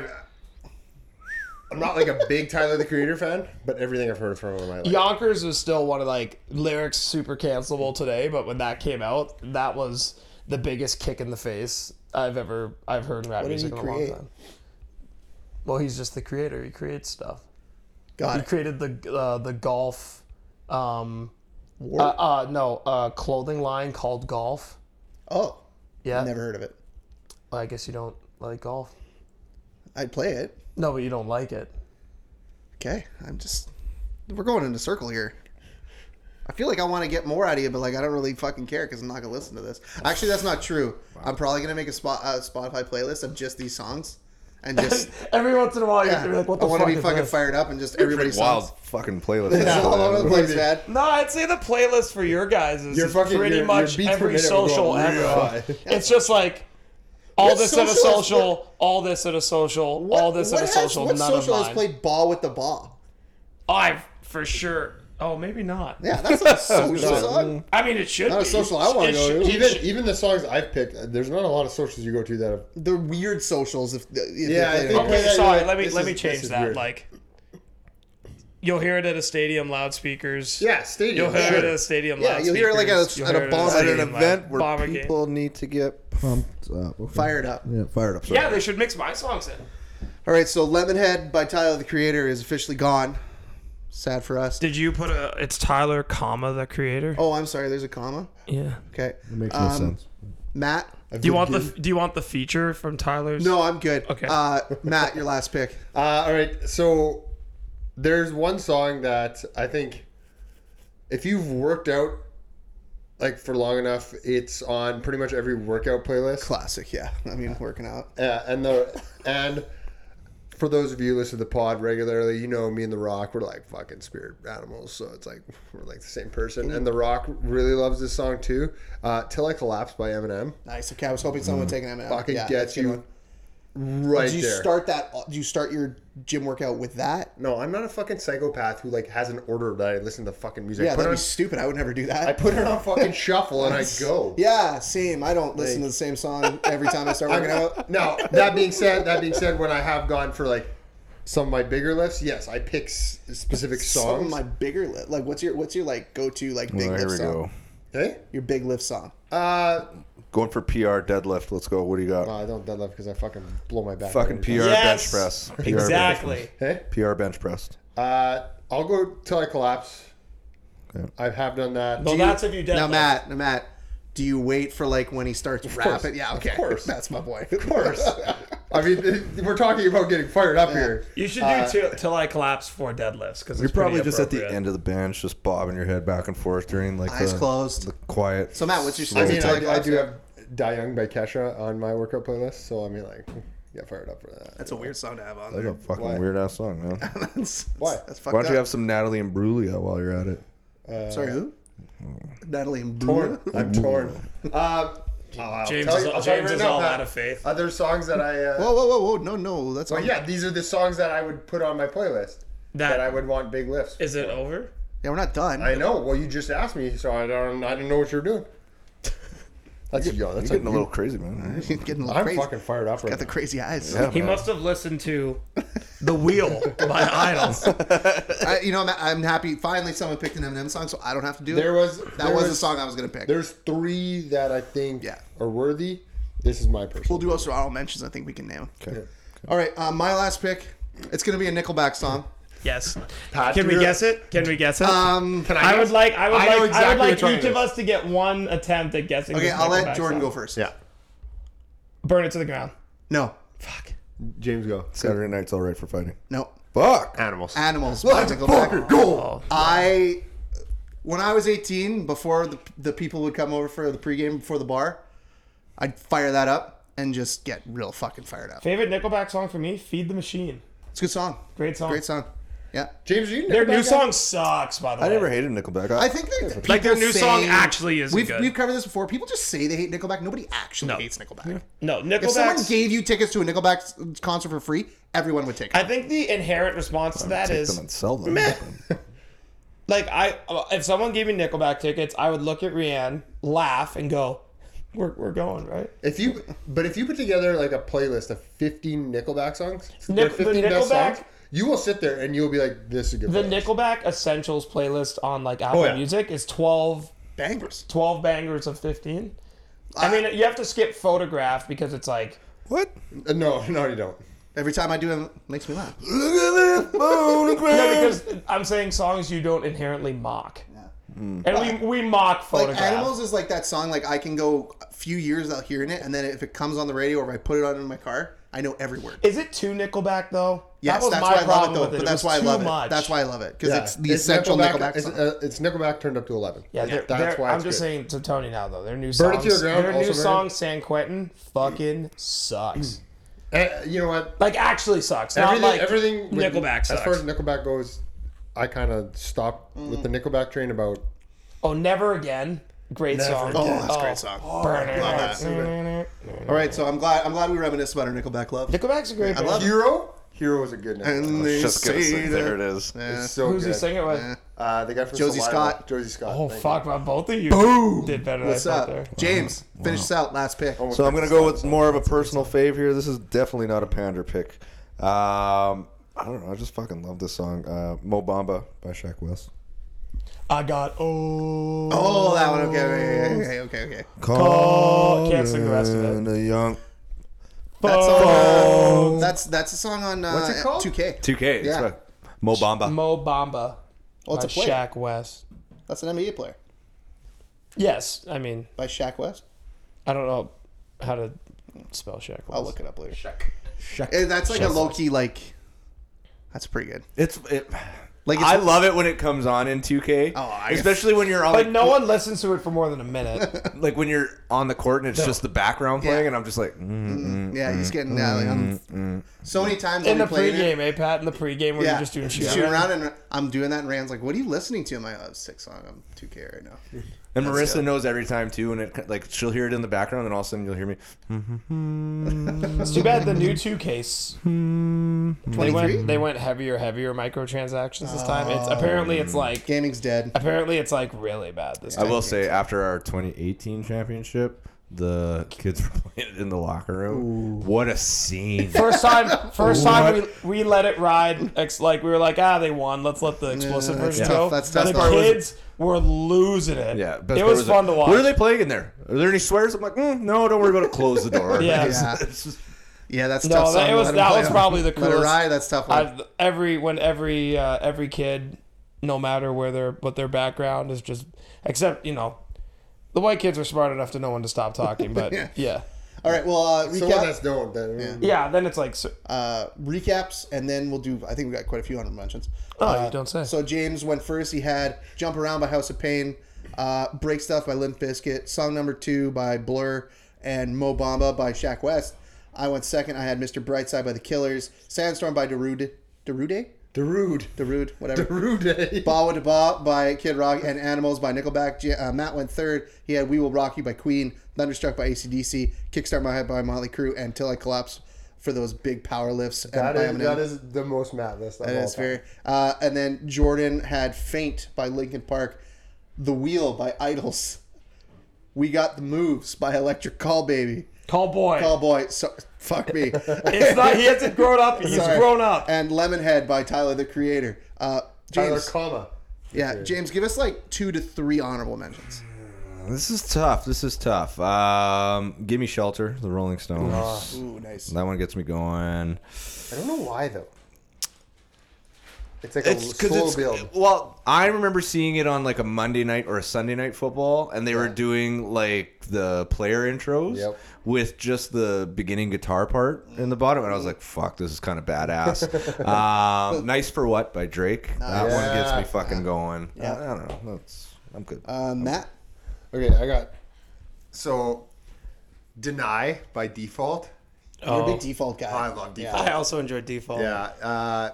Speaker 3: I'm not like a big Tyler the Creator fan, but everything I've heard from him, I like.
Speaker 5: Yonkers was still one of like lyrics super cancelable today, but when that came out, that was the biggest kick in the face I've ever I've heard in rap
Speaker 2: did
Speaker 5: music
Speaker 2: he
Speaker 5: in a long
Speaker 2: create?
Speaker 5: time. Well, he's just the creator. He creates stuff.
Speaker 2: Got
Speaker 5: He
Speaker 2: it.
Speaker 5: created the uh, the golf, um,
Speaker 2: War?
Speaker 5: uh, uh, no, uh, clothing line called Golf.
Speaker 2: oh,
Speaker 5: Yeah,
Speaker 2: never heard of it.
Speaker 5: I guess you don't like golf.
Speaker 2: I'd play it.
Speaker 5: No, but you don't like it.
Speaker 2: Okay, I'm just. We're going in a circle here. I feel like I want to get more out of you, but like I don't really fucking care because I'm not gonna listen to this. Actually, that's not true. I'm probably gonna make a spot uh, Spotify playlist of just these songs, and just
Speaker 5: Every once in a while, you have
Speaker 2: yeah,
Speaker 5: to be like, "What the
Speaker 2: I
Speaker 5: fuck?"
Speaker 2: want to be
Speaker 5: is
Speaker 2: fucking
Speaker 5: this?
Speaker 2: fired up and just everybody's
Speaker 4: wild
Speaker 2: songs.
Speaker 4: fucking playlist.
Speaker 2: It's all over the place, man.
Speaker 5: No, I'd say the playlist for your guys is
Speaker 3: Your fucking-
Speaker 5: pretty
Speaker 3: your- your
Speaker 5: much
Speaker 3: beats per
Speaker 5: every
Speaker 3: minute will go
Speaker 5: social
Speaker 3: up
Speaker 5: ever.
Speaker 3: real high.
Speaker 5: It's just like All
Speaker 2: What
Speaker 5: this at a
Speaker 2: social has-
Speaker 5: social. All this at a social. all this at a
Speaker 2: has-
Speaker 5: social.
Speaker 2: What
Speaker 5: none
Speaker 2: social
Speaker 5: of
Speaker 2: has
Speaker 5: mine. Oh,
Speaker 2: played ball with the ball?
Speaker 5: I for sure. Oh, maybe not.
Speaker 2: Yeah, that's not a social song.
Speaker 5: I mean, it should.
Speaker 2: Not a
Speaker 5: be.
Speaker 2: social I wanna
Speaker 5: It
Speaker 2: go
Speaker 5: should-
Speaker 2: to.
Speaker 5: it
Speaker 3: Even
Speaker 5: should-
Speaker 3: even the songs I've picked, uh, there's not a lot of socials you go to that. Have,
Speaker 2: They're weird socials. If, if
Speaker 3: Yeah, I
Speaker 2: they played
Speaker 3: think-
Speaker 2: it.
Speaker 5: Okay,
Speaker 3: Yeah,
Speaker 5: sorry.
Speaker 3: yeah,
Speaker 5: Let me
Speaker 3: this
Speaker 5: let
Speaker 3: is-
Speaker 5: me
Speaker 3: this
Speaker 5: change
Speaker 3: is
Speaker 5: that.
Speaker 3: weird.
Speaker 5: Like, you'll hear it at a stadium loudspeakers.
Speaker 3: yeah, stadium.
Speaker 5: You'll hear it at a stadium
Speaker 2: Yeah, you'll
Speaker 5: loudspeakers.
Speaker 2: hear it, like, at a-
Speaker 5: You'll
Speaker 2: at a
Speaker 5: hear it
Speaker 2: bomb-
Speaker 7: at an
Speaker 5: stadium, like,
Speaker 7: event
Speaker 5: bomber
Speaker 7: where
Speaker 5: game.
Speaker 7: people need to get pumped up. Okay.
Speaker 2: fired up.
Speaker 7: Yeah, fired up. sorry.
Speaker 5: Yeah, they should mix my songs in.
Speaker 2: All right, so Lemonhead by Tyler the Creator is officially gone. Sad for us.
Speaker 1: Did you put a? It's Tyler, comma the creator.
Speaker 2: oh, I'm sorry. There's a comma.
Speaker 1: Yeah.
Speaker 2: Okay,
Speaker 7: It makes no
Speaker 2: Um,
Speaker 7: sense.
Speaker 2: Matt.
Speaker 1: Do you want the? Do you want the feature from Tyler's?
Speaker 2: No, I'm good.
Speaker 1: Okay.
Speaker 2: uh, Matt, your last pick.
Speaker 3: Uh, all right, so there's one song that I think if you've worked out like for long enough, it's on pretty much every workout playlist.
Speaker 2: Classic. Yeah, I mean, working out.
Speaker 3: Yeah, and the and for those of you who listen to the pod regularly, you know me and the Rock we're like fucking spirit animals, so it's like we're like the same person. And the Rock really loves this song too. Uh, "Till I Collapse" by Eminem,
Speaker 2: Nice. Okay, I was hoping someone would take an M&M.
Speaker 3: fucking
Speaker 2: yeah, that's
Speaker 3: gets
Speaker 2: a good
Speaker 3: you
Speaker 2: one.
Speaker 3: right
Speaker 2: Do you
Speaker 3: there.
Speaker 2: start that? Do you start your gym workout with that?
Speaker 3: no, I'm not a fucking psychopath who like has an order that I listen to fucking music.
Speaker 2: Yeah,
Speaker 3: Put
Speaker 2: that'd
Speaker 3: on-
Speaker 2: be stupid. I would never do
Speaker 3: I
Speaker 2: that.
Speaker 3: put it on fucking shuffle and I go.
Speaker 2: yeah, same. I don't listen to the same song every time I start working out.
Speaker 3: Now that being said, that being said, when I have gone for like some of my bigger lifts, yes, I pick s- specific
Speaker 2: Some of
Speaker 3: songs.
Speaker 2: my bigger li- like what's your what's your like go to like big
Speaker 4: Well, here
Speaker 2: lift
Speaker 4: we
Speaker 2: song?
Speaker 4: go.
Speaker 3: Hey,
Speaker 2: Your big lift song.
Speaker 3: uh,
Speaker 4: Going for PR deadlift. Let's go. What do you got?
Speaker 3: no, I don't deadlift because I fucking blow my back.
Speaker 4: Fucking PR
Speaker 3: every time.
Speaker 4: bench
Speaker 5: Yes,
Speaker 4: press. PR
Speaker 5: Exactly.
Speaker 3: Hey,
Speaker 4: PR bench press.
Speaker 3: uh, I'll go till I collapse.
Speaker 7: Okay.
Speaker 3: I have done that.
Speaker 5: Well, that's if you deadlift.
Speaker 2: Now Matt, now Matt, do you wait for like when he starts rapping? Yeah, okay. Of
Speaker 3: course.
Speaker 2: That's my boy.
Speaker 3: of course. I mean, th- we're talking about getting fired up here.
Speaker 5: You should
Speaker 1: Uh,
Speaker 5: do till, till I collapse four deadlifts because
Speaker 4: You're probably just at the end of the bench, just bobbing your head back and forth during like
Speaker 2: Eyes
Speaker 4: the,
Speaker 2: closed.
Speaker 4: the quiet.
Speaker 2: So Matt, what's your
Speaker 3: I
Speaker 2: what's
Speaker 3: mean,
Speaker 2: your type
Speaker 3: I, I
Speaker 2: last
Speaker 3: do
Speaker 2: pick?
Speaker 3: have "Die Young" by Kesha on my workout playlist, so I mean, like, get fired up for that.
Speaker 2: That's a weird song to have on.
Speaker 4: That's
Speaker 2: There.
Speaker 4: a fucking
Speaker 3: Why?
Speaker 4: weird ass song, man.
Speaker 2: That's,
Speaker 3: Why?
Speaker 2: That's fucked
Speaker 4: Why don't you
Speaker 2: up.
Speaker 4: have some Natalie and Brulia while you're at it?
Speaker 2: Sorry, who? Natalie and
Speaker 3: torn.
Speaker 2: Bruno.
Speaker 3: I'm torn. Um, oh, I'll
Speaker 5: James
Speaker 3: tell
Speaker 5: is,
Speaker 3: you- I'll tell you
Speaker 5: James
Speaker 3: right
Speaker 5: is
Speaker 3: now,
Speaker 5: all
Speaker 3: Pat.
Speaker 5: out of faith.
Speaker 3: Other songs that I. Uh,
Speaker 2: Whoa, whoa, whoa, whoa! No, no, that's
Speaker 3: well,
Speaker 2: not-
Speaker 3: Oh, yeah, these are the songs that I would put on my playlist that, I
Speaker 1: That
Speaker 3: would want big lifts.
Speaker 1: is it over?
Speaker 2: yeah. We're not done.
Speaker 3: I know. Well, you just asked me, so I don't. I don't know what you're doing. That's yo.
Speaker 4: It's
Speaker 3: That's
Speaker 4: getting a little crazy, man.
Speaker 2: Getting a little
Speaker 3: I'm
Speaker 2: crazy.
Speaker 3: fucking fired up right
Speaker 2: Got
Speaker 3: now.
Speaker 2: the crazy eyes.
Speaker 4: Yeah,
Speaker 1: He
Speaker 4: man.
Speaker 1: must have listened to "The Wheel" by Idols.
Speaker 2: I, you know, I'm, I'm happy. Finally, someone picked an Eminem song, so I don't have to do
Speaker 3: There
Speaker 2: it.
Speaker 3: was
Speaker 2: that
Speaker 3: there
Speaker 2: was,
Speaker 3: was
Speaker 2: the song I was gonna pick.
Speaker 3: There's three that I think
Speaker 2: Yeah.
Speaker 3: are worthy. This is my personal.
Speaker 2: We'll do also honorable mentions. I think we can name. 'em.
Speaker 4: Okay.
Speaker 2: All right, uh, my last pick. It's gonna be a Nickelback song.
Speaker 1: Yes.
Speaker 3: Pat,
Speaker 1: Can we
Speaker 3: you're-
Speaker 1: guess it? Can we guess it?
Speaker 2: Um,
Speaker 1: I would like. I would
Speaker 6: I know
Speaker 1: like.
Speaker 6: exactly
Speaker 1: I
Speaker 6: which
Speaker 1: would
Speaker 6: one
Speaker 1: like
Speaker 6: it
Speaker 1: each of
Speaker 6: is.
Speaker 1: us to get one attempt at guessing.
Speaker 2: okay,
Speaker 1: this
Speaker 2: I'll
Speaker 1: Nickelback
Speaker 2: let Jordan
Speaker 1: song.
Speaker 2: go first.
Speaker 6: Yeah.
Speaker 1: Burn it to the ground.
Speaker 2: No,
Speaker 6: James, go.
Speaker 4: Saturday night's all right for fighting.
Speaker 2: no.
Speaker 4: Fuck.
Speaker 6: Animals.
Speaker 2: Animals. by Nickelback.
Speaker 1: Oh.
Speaker 2: I when I was 18, before the, the people would come over for the pregame before the bar, I'd fire that up and just get real fucking fired up.
Speaker 1: Favorite Nickelback song for me? "Feed the Machine."
Speaker 2: It's a good song.
Speaker 1: Great song.
Speaker 2: Great song. Yeah.
Speaker 3: James, are you
Speaker 1: Their
Speaker 3: Nickelback
Speaker 1: new
Speaker 3: guy?
Speaker 1: song sucks. By the way,
Speaker 4: I never hated Nickelback.
Speaker 2: I
Speaker 4: I,
Speaker 2: think that
Speaker 1: Like, their
Speaker 2: people
Speaker 1: new
Speaker 2: say-
Speaker 1: song actually isn't
Speaker 2: we've,
Speaker 1: good.
Speaker 2: We've covered this before. People just say they hate Nickelback. Nobody actually
Speaker 1: No.
Speaker 2: hates Nickelback.
Speaker 1: no
Speaker 2: If someone
Speaker 1: Nickelback.
Speaker 2: gave you tickets to a Nickelback concert for free, everyone would take it.
Speaker 1: I think the inherent response to that
Speaker 4: take
Speaker 1: is
Speaker 4: them and sell them.
Speaker 1: like I if someone gave me Nickelback tickets, I would look at Rianne, laugh, and go, "We're we're going right."
Speaker 3: If you, but if you put together like a playlist of 15 Nickelback songs, their
Speaker 1: Nic- the
Speaker 3: 15 best
Speaker 1: Nickelback-
Speaker 3: songs, you will sit there and you'll be like, "This is a good."
Speaker 1: The
Speaker 3: playlist.
Speaker 1: Nickelback Essentials playlist on
Speaker 5: Oh,
Speaker 1: like Apple
Speaker 3: yeah.
Speaker 1: Music is 12,
Speaker 2: Bangers.
Speaker 1: 12 bangers of fifteen. I mean, you have to skip photograph because it's like
Speaker 4: What?
Speaker 3: Uh, no, no, you don't.
Speaker 2: Every time I do it, it makes me laugh.
Speaker 4: Look at this
Speaker 1: no,
Speaker 4: photograph.
Speaker 1: because I'm saying songs you don't inherently mock, and we we mock
Speaker 2: Like
Speaker 1: photograph.
Speaker 2: Animals is like that song. Like I can go a few years without hearing it, and then if it comes on the radio or if I put it on in my car, I know every word.
Speaker 1: is it too Nickelback though?
Speaker 2: Yes, that's why I love it though. But that's why I love it. That's why I love it because
Speaker 3: Yeah.
Speaker 2: it's the essential Nickelback,
Speaker 3: it's,
Speaker 2: song.
Speaker 3: uh, it's Nickelback turned up to 11.
Speaker 1: Yeah, they're,
Speaker 3: that's
Speaker 1: they're-
Speaker 3: why
Speaker 1: I'm
Speaker 3: it's
Speaker 1: just
Speaker 3: good.
Speaker 1: saying to Tony now though. Their new
Speaker 3: Burn It
Speaker 1: songs,
Speaker 3: to the Ground,
Speaker 1: their
Speaker 3: also
Speaker 1: new
Speaker 3: very
Speaker 1: song
Speaker 3: good.
Speaker 1: San Quentin fucking sucks.
Speaker 3: Uh, you know what?
Speaker 1: Like actually sucks. Not
Speaker 3: Everything,
Speaker 1: like
Speaker 3: everything with-
Speaker 1: Nickelback
Speaker 3: As far
Speaker 1: sucks.
Speaker 3: as Nickelback
Speaker 2: Mm.
Speaker 3: goes, I kind of stopped with the Nickelback train about.
Speaker 1: oh, never again.
Speaker 5: Great song.
Speaker 2: Oh, that's a great song. Love that. All right, so I'm glad I'm glad we reminisced about our Nickelback love.
Speaker 5: Nickelback's a great
Speaker 2: I
Speaker 5: band.
Speaker 2: love it.
Speaker 3: Hero? Hero is a good name.
Speaker 2: And they
Speaker 4: Just gonna
Speaker 2: say
Speaker 4: say, there it
Speaker 2: that-
Speaker 4: is.
Speaker 2: Eh.
Speaker 3: It's so
Speaker 5: Who's he
Speaker 3: good.
Speaker 5: singing with?
Speaker 3: Uh, the guy from
Speaker 2: Josie
Speaker 3: Saliva.
Speaker 2: Scott.
Speaker 3: Josie Scott.
Speaker 5: Oh
Speaker 3: thank
Speaker 5: fuck, well, both of you did better than
Speaker 2: What's
Speaker 5: I
Speaker 2: up,
Speaker 5: thought there.
Speaker 2: James? Finish this out. Last pick.
Speaker 3: you.
Speaker 4: So I'm gonna go with more of a personal fave here. This is definitely not a pander pick. Um, I don't know. I just fucking love this song, uh, "Mo Bamba" by Shaq West.
Speaker 5: I got oh.
Speaker 2: Oh, that one. Okay, okay, okay, okay, okay. okay.
Speaker 5: Call- can't sing the rest of it.
Speaker 4: Calling The young
Speaker 2: That's on. Uh, that's that's a song on uh,
Speaker 3: What's it called?
Speaker 2: 2K.
Speaker 4: 2K.
Speaker 2: Yeah.
Speaker 4: That's right. Mo Bamba.
Speaker 5: Mo Bamba.
Speaker 2: Oh, it's
Speaker 5: by
Speaker 2: a player.
Speaker 5: Shaq West.
Speaker 2: That's an NBA player
Speaker 5: Yes, I mean
Speaker 2: by Shaq West.
Speaker 5: I don't know how to spell Shaq West.
Speaker 2: I'll look it up later. Shaq. Eh, That's like a low key like. That's pretty good.
Speaker 4: It's it.
Speaker 2: Like it's,
Speaker 4: I love it when it comes on in 2K,
Speaker 2: Oh, I-
Speaker 4: especially when you're on
Speaker 5: But
Speaker 4: like,
Speaker 5: no one listens to it for more than a minute.
Speaker 4: like when you're on the court and it's just the background playing, and I'm just like, mm.
Speaker 2: yeah, he's getting uh, like, I'm- so many times
Speaker 5: In
Speaker 2: I'll
Speaker 5: the
Speaker 2: be playing it.
Speaker 5: pregame, eh, Pat? In the pregame where you're just doing shit.
Speaker 2: shooting around, and I'm doing that, and Rand's like, "What are you listening to?" I'm like, oh, "Six song, I'm 2K right now."
Speaker 4: and Marissa knows every time too, and it like she'll hear it in the background, and all of a sudden you'll hear me. hmm.
Speaker 5: It's too bad the new two case.
Speaker 4: Hmm.
Speaker 5: They
Speaker 2: 23.
Speaker 5: went they went heavier, heavier microtransactions this time. It's apparently
Speaker 4: Oh.
Speaker 5: it's like
Speaker 2: Gaming's dead.
Speaker 5: apparently it's like really bad this
Speaker 4: I
Speaker 5: time.
Speaker 4: will say, after our 2018 championship, the kids were playing it in the locker room. What a scene!
Speaker 5: First time, first time we, we let it ride. Ex- like we were like, ah, they won. Let's let the explosive
Speaker 2: Yeah, that's
Speaker 5: version
Speaker 2: tough.
Speaker 5: go.
Speaker 2: That's
Speaker 5: And
Speaker 2: tough.
Speaker 5: The
Speaker 2: Part was-
Speaker 5: kids were losing it.
Speaker 4: Yeah, best
Speaker 5: it
Speaker 4: part
Speaker 5: was fun to watch.
Speaker 4: What are they playing in there? Are there any swears? I'm like, mm, no, don't worry about it. Close the door.
Speaker 5: Yeah.
Speaker 2: Yeah, yeah, that's
Speaker 5: No,
Speaker 2: tough.
Speaker 5: that-
Speaker 2: song.
Speaker 5: it was-
Speaker 2: Let 'em
Speaker 5: that
Speaker 2: play
Speaker 5: was
Speaker 2: on.
Speaker 5: probably the
Speaker 2: Let it
Speaker 5: coolest-
Speaker 2: ride. That's tough. One.
Speaker 5: I've, every when every uh, every kid, no matter where their what their background is, just except you know, the white kids were smart enough to know when to stop talking. But
Speaker 2: Yeah.
Speaker 5: yeah, yeah,
Speaker 2: All right, well, uh,
Speaker 3: So one that's
Speaker 2: recap,
Speaker 3: known. Then.
Speaker 5: Then it's like, so-
Speaker 2: uh, recaps, and then we'll do. I think we got quite a few honorable mentions.
Speaker 5: oh,
Speaker 2: Uh,
Speaker 5: you don't say.
Speaker 2: So James went first. He had "Jump Around" by House of Pain, uh, "Break Stuff" by Limp Bizkit, song number two by Blur, and "Mo Bamba" by Shaq West. I went second. I had "Mr. Brightside" by The Killers, "Sandstorm" by Darude, Darude,
Speaker 3: Darude.
Speaker 2: Darude, whatever.
Speaker 3: Darude.
Speaker 2: Bawa da Ba by Kid Rock and Animals by Nickelback. J- Uh, Matt went third. He had We Will Rock You by Queen, Thunderstruck by ACDC, Kickstart My Head by Motley Crue, and Till I Collapse for those big power lifts. and
Speaker 3: That
Speaker 2: by
Speaker 3: is,
Speaker 2: Eminem.
Speaker 3: that is the most Matt list.
Speaker 2: That is very. Uh, and then Jordan had Faint by Linkin Park, The Wheel by Idols. We got the moves by Electric Call Baby.
Speaker 5: Call boy.
Speaker 2: Call boy, so, fuck me.
Speaker 5: It's not. He hasn't grown up. He's
Speaker 2: Sorry.
Speaker 5: grown up.
Speaker 2: And Lemonhead by Tyler the Creator. Uh,
Speaker 3: Tyler,
Speaker 2: James,
Speaker 3: comma.
Speaker 2: yeah, James, give us like two to three honorable mentions.
Speaker 4: This is tough. This is tough. Um, give me shelter, the Rolling Stones.
Speaker 2: Ooh, nice.
Speaker 4: That one gets me going.
Speaker 3: I don't know why though. It's like
Speaker 4: It's
Speaker 3: a
Speaker 4: because
Speaker 3: slow
Speaker 4: it's
Speaker 3: build.
Speaker 4: well. I remember seeing it on like a Monday night or a Sunday night football, and they were doing like the player intros
Speaker 3: Yep.
Speaker 4: with just the beginning guitar part in the bottom, and I was like, "Fuck, this is kind of badass." um, nice for what by Drake. That one gets
Speaker 3: Yeah.
Speaker 4: me fucking going. Yeah. I, don't know. That's I'm good.
Speaker 2: Uh, Matt,
Speaker 3: Okay, I got.
Speaker 6: So, deny by default.
Speaker 5: Oh.
Speaker 2: you're a big default guy.
Speaker 6: I love default.
Speaker 5: I also enjoyed
Speaker 1: Oh.
Speaker 5: default.
Speaker 6: Yeah. Uh,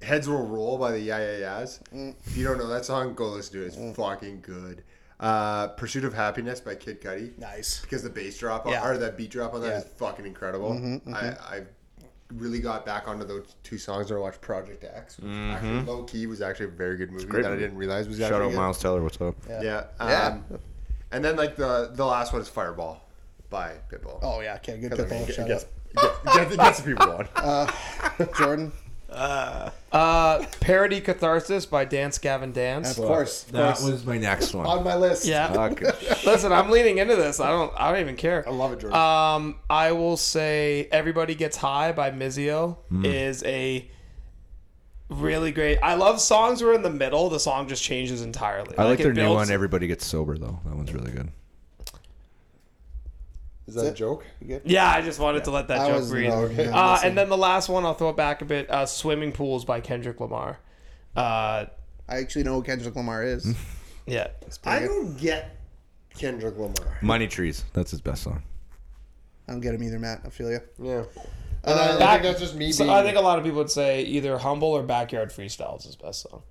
Speaker 6: Heads Will Roll by the Yeah Yeah Yeahs. If you don't know that song, go listen to it. It's fucking good. Uh, Pursuit of Happiness by Kid Cudi.
Speaker 2: Nice.
Speaker 6: Because the bass drop on,
Speaker 2: Yeah.
Speaker 6: or that beat drop on that
Speaker 2: Yeah.
Speaker 6: is fucking incredible. I, I really got back onto those two songs when I watched Project X, which actually low key was actually a very good movie
Speaker 4: great
Speaker 6: that
Speaker 4: movie.
Speaker 6: I didn't realize was
Speaker 4: Shout
Speaker 6: actually
Speaker 4: out
Speaker 6: good.
Speaker 4: Miles Teller. What's up?
Speaker 6: Yeah.
Speaker 2: Yeah.
Speaker 6: Um, And then like the the last one is Fireball by Pitbull.
Speaker 2: Oh, yeah, okay, good
Speaker 6: I mean,
Speaker 2: pitbull.
Speaker 6: it
Speaker 2: Shout
Speaker 6: gets,
Speaker 2: out.
Speaker 6: gets, gets people going.
Speaker 2: Jordan,
Speaker 5: Uh, parody catharsis by Dance Gavin Dance.
Speaker 2: of course. of
Speaker 4: That
Speaker 2: course.
Speaker 4: was my next one.
Speaker 3: On my list.
Speaker 5: Yeah.
Speaker 4: Fuck.
Speaker 5: Listen, I'm leaning into this. I don't. I don't even care.
Speaker 3: I love it, Jordan.
Speaker 6: Uh,
Speaker 5: Um, I will say "Everybody Gets High" by Mizio
Speaker 4: Hmm.
Speaker 5: is a really great. I love songs where in the middle the song just changes entirely.
Speaker 4: I like
Speaker 5: it
Speaker 4: their new
Speaker 5: builds-
Speaker 4: one. Everybody gets sober though. That one's really good.
Speaker 3: is that a joke?
Speaker 5: yeah, I just wanted to let that
Speaker 2: I
Speaker 5: joke
Speaker 2: was-
Speaker 5: breathe.
Speaker 2: no, okay,
Speaker 5: uh,
Speaker 2: listen.
Speaker 5: and then the last one, I'll throw it back a bit. Uh, "Swimming Pools" by Kendrick Lamar. Uh,
Speaker 2: I actually know who Kendrick Lamar is.
Speaker 5: yeah,
Speaker 3: I don't get Kendrick Lamar.
Speaker 4: Money Trees. That's his best song.
Speaker 2: I don't get him either, Matt. I feel you.
Speaker 3: Yeah.
Speaker 2: Uh,
Speaker 3: And I, I
Speaker 5: back-
Speaker 3: think that's just me
Speaker 5: so
Speaker 3: being.
Speaker 5: I think a lot of people would say either "Humble" or "Backyard Freestyle" is his best song.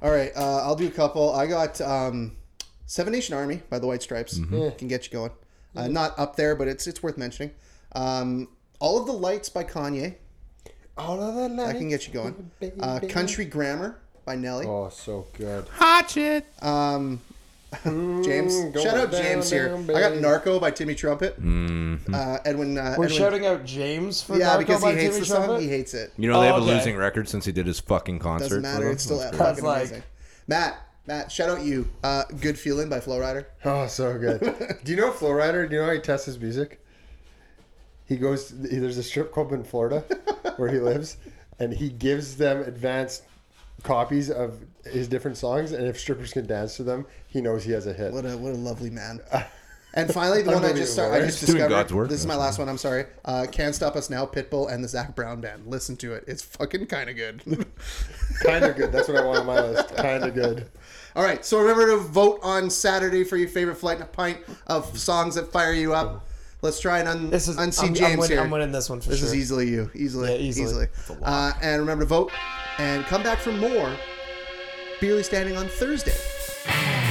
Speaker 2: All right, uh, I'll do a couple. I got um, Seven Nation Army by the White Stripes can get you going. Uh, not up there, but it's it's worth mentioning. Um, All of the Lights by Kanye
Speaker 3: All of the
Speaker 2: that can get you going. Uh, Country Grammar by Nelly.
Speaker 3: Oh, so good.
Speaker 2: Um, James,
Speaker 5: Mm,
Speaker 2: shout out
Speaker 3: down,
Speaker 2: James here.
Speaker 3: down,
Speaker 2: I got
Speaker 3: baby.
Speaker 2: Narco by Timmy Trumpet.
Speaker 4: Mm-hmm.
Speaker 2: Uh, Edwin, uh,
Speaker 5: We're
Speaker 2: Edwin-
Speaker 5: shouting out James for
Speaker 2: yeah,
Speaker 5: Narco
Speaker 2: because he
Speaker 5: by
Speaker 2: hates
Speaker 5: Timmy
Speaker 2: the song.
Speaker 5: Trumpet?
Speaker 2: He hates it.
Speaker 4: You know they have
Speaker 5: Okay.
Speaker 4: a losing record since he did his fucking concert.
Speaker 2: Doesn't
Speaker 4: for
Speaker 2: matter.
Speaker 4: them?
Speaker 2: It's still
Speaker 4: That's
Speaker 2: fucking
Speaker 4: great.
Speaker 5: That's like-
Speaker 2: amazing. Matt, Matt, shout out you. Uh, good feeling by Flow Rider.
Speaker 3: Oh, so good. do you know Flow Rider? Do you know how he tests his music? He goes. There's a strip club in Florida where he lives, and he gives them advanced copies of his different songs. And if strippers can dance to them, he knows he has a hit.
Speaker 2: What a what a lovely man. And finally, the one I just start, I
Speaker 3: Unbelievable,
Speaker 2: just
Speaker 4: right? Doing
Speaker 2: discovered.
Speaker 4: God's work.
Speaker 2: This is my last one. I'm sorry. Uh, Can't stop us now. Pitbull and the Zach Brown Band. Listen to it. It's fucking kind of good.
Speaker 3: kind of good. That's what I want on my list. Kind of good.
Speaker 2: All right. So remember to vote on Saturday for your favorite flight and a pint of songs that fire you up. Let's try and un-
Speaker 5: This is I'm,
Speaker 2: unsee
Speaker 5: I'm,
Speaker 2: James
Speaker 5: winning,
Speaker 2: here.
Speaker 5: I'm winning this one for
Speaker 2: This
Speaker 5: sure.
Speaker 2: is easily you. Easily.
Speaker 5: Yeah, easily.
Speaker 2: easily. Uh, and remember to vote and come back for more Beerly Standing on Thursday.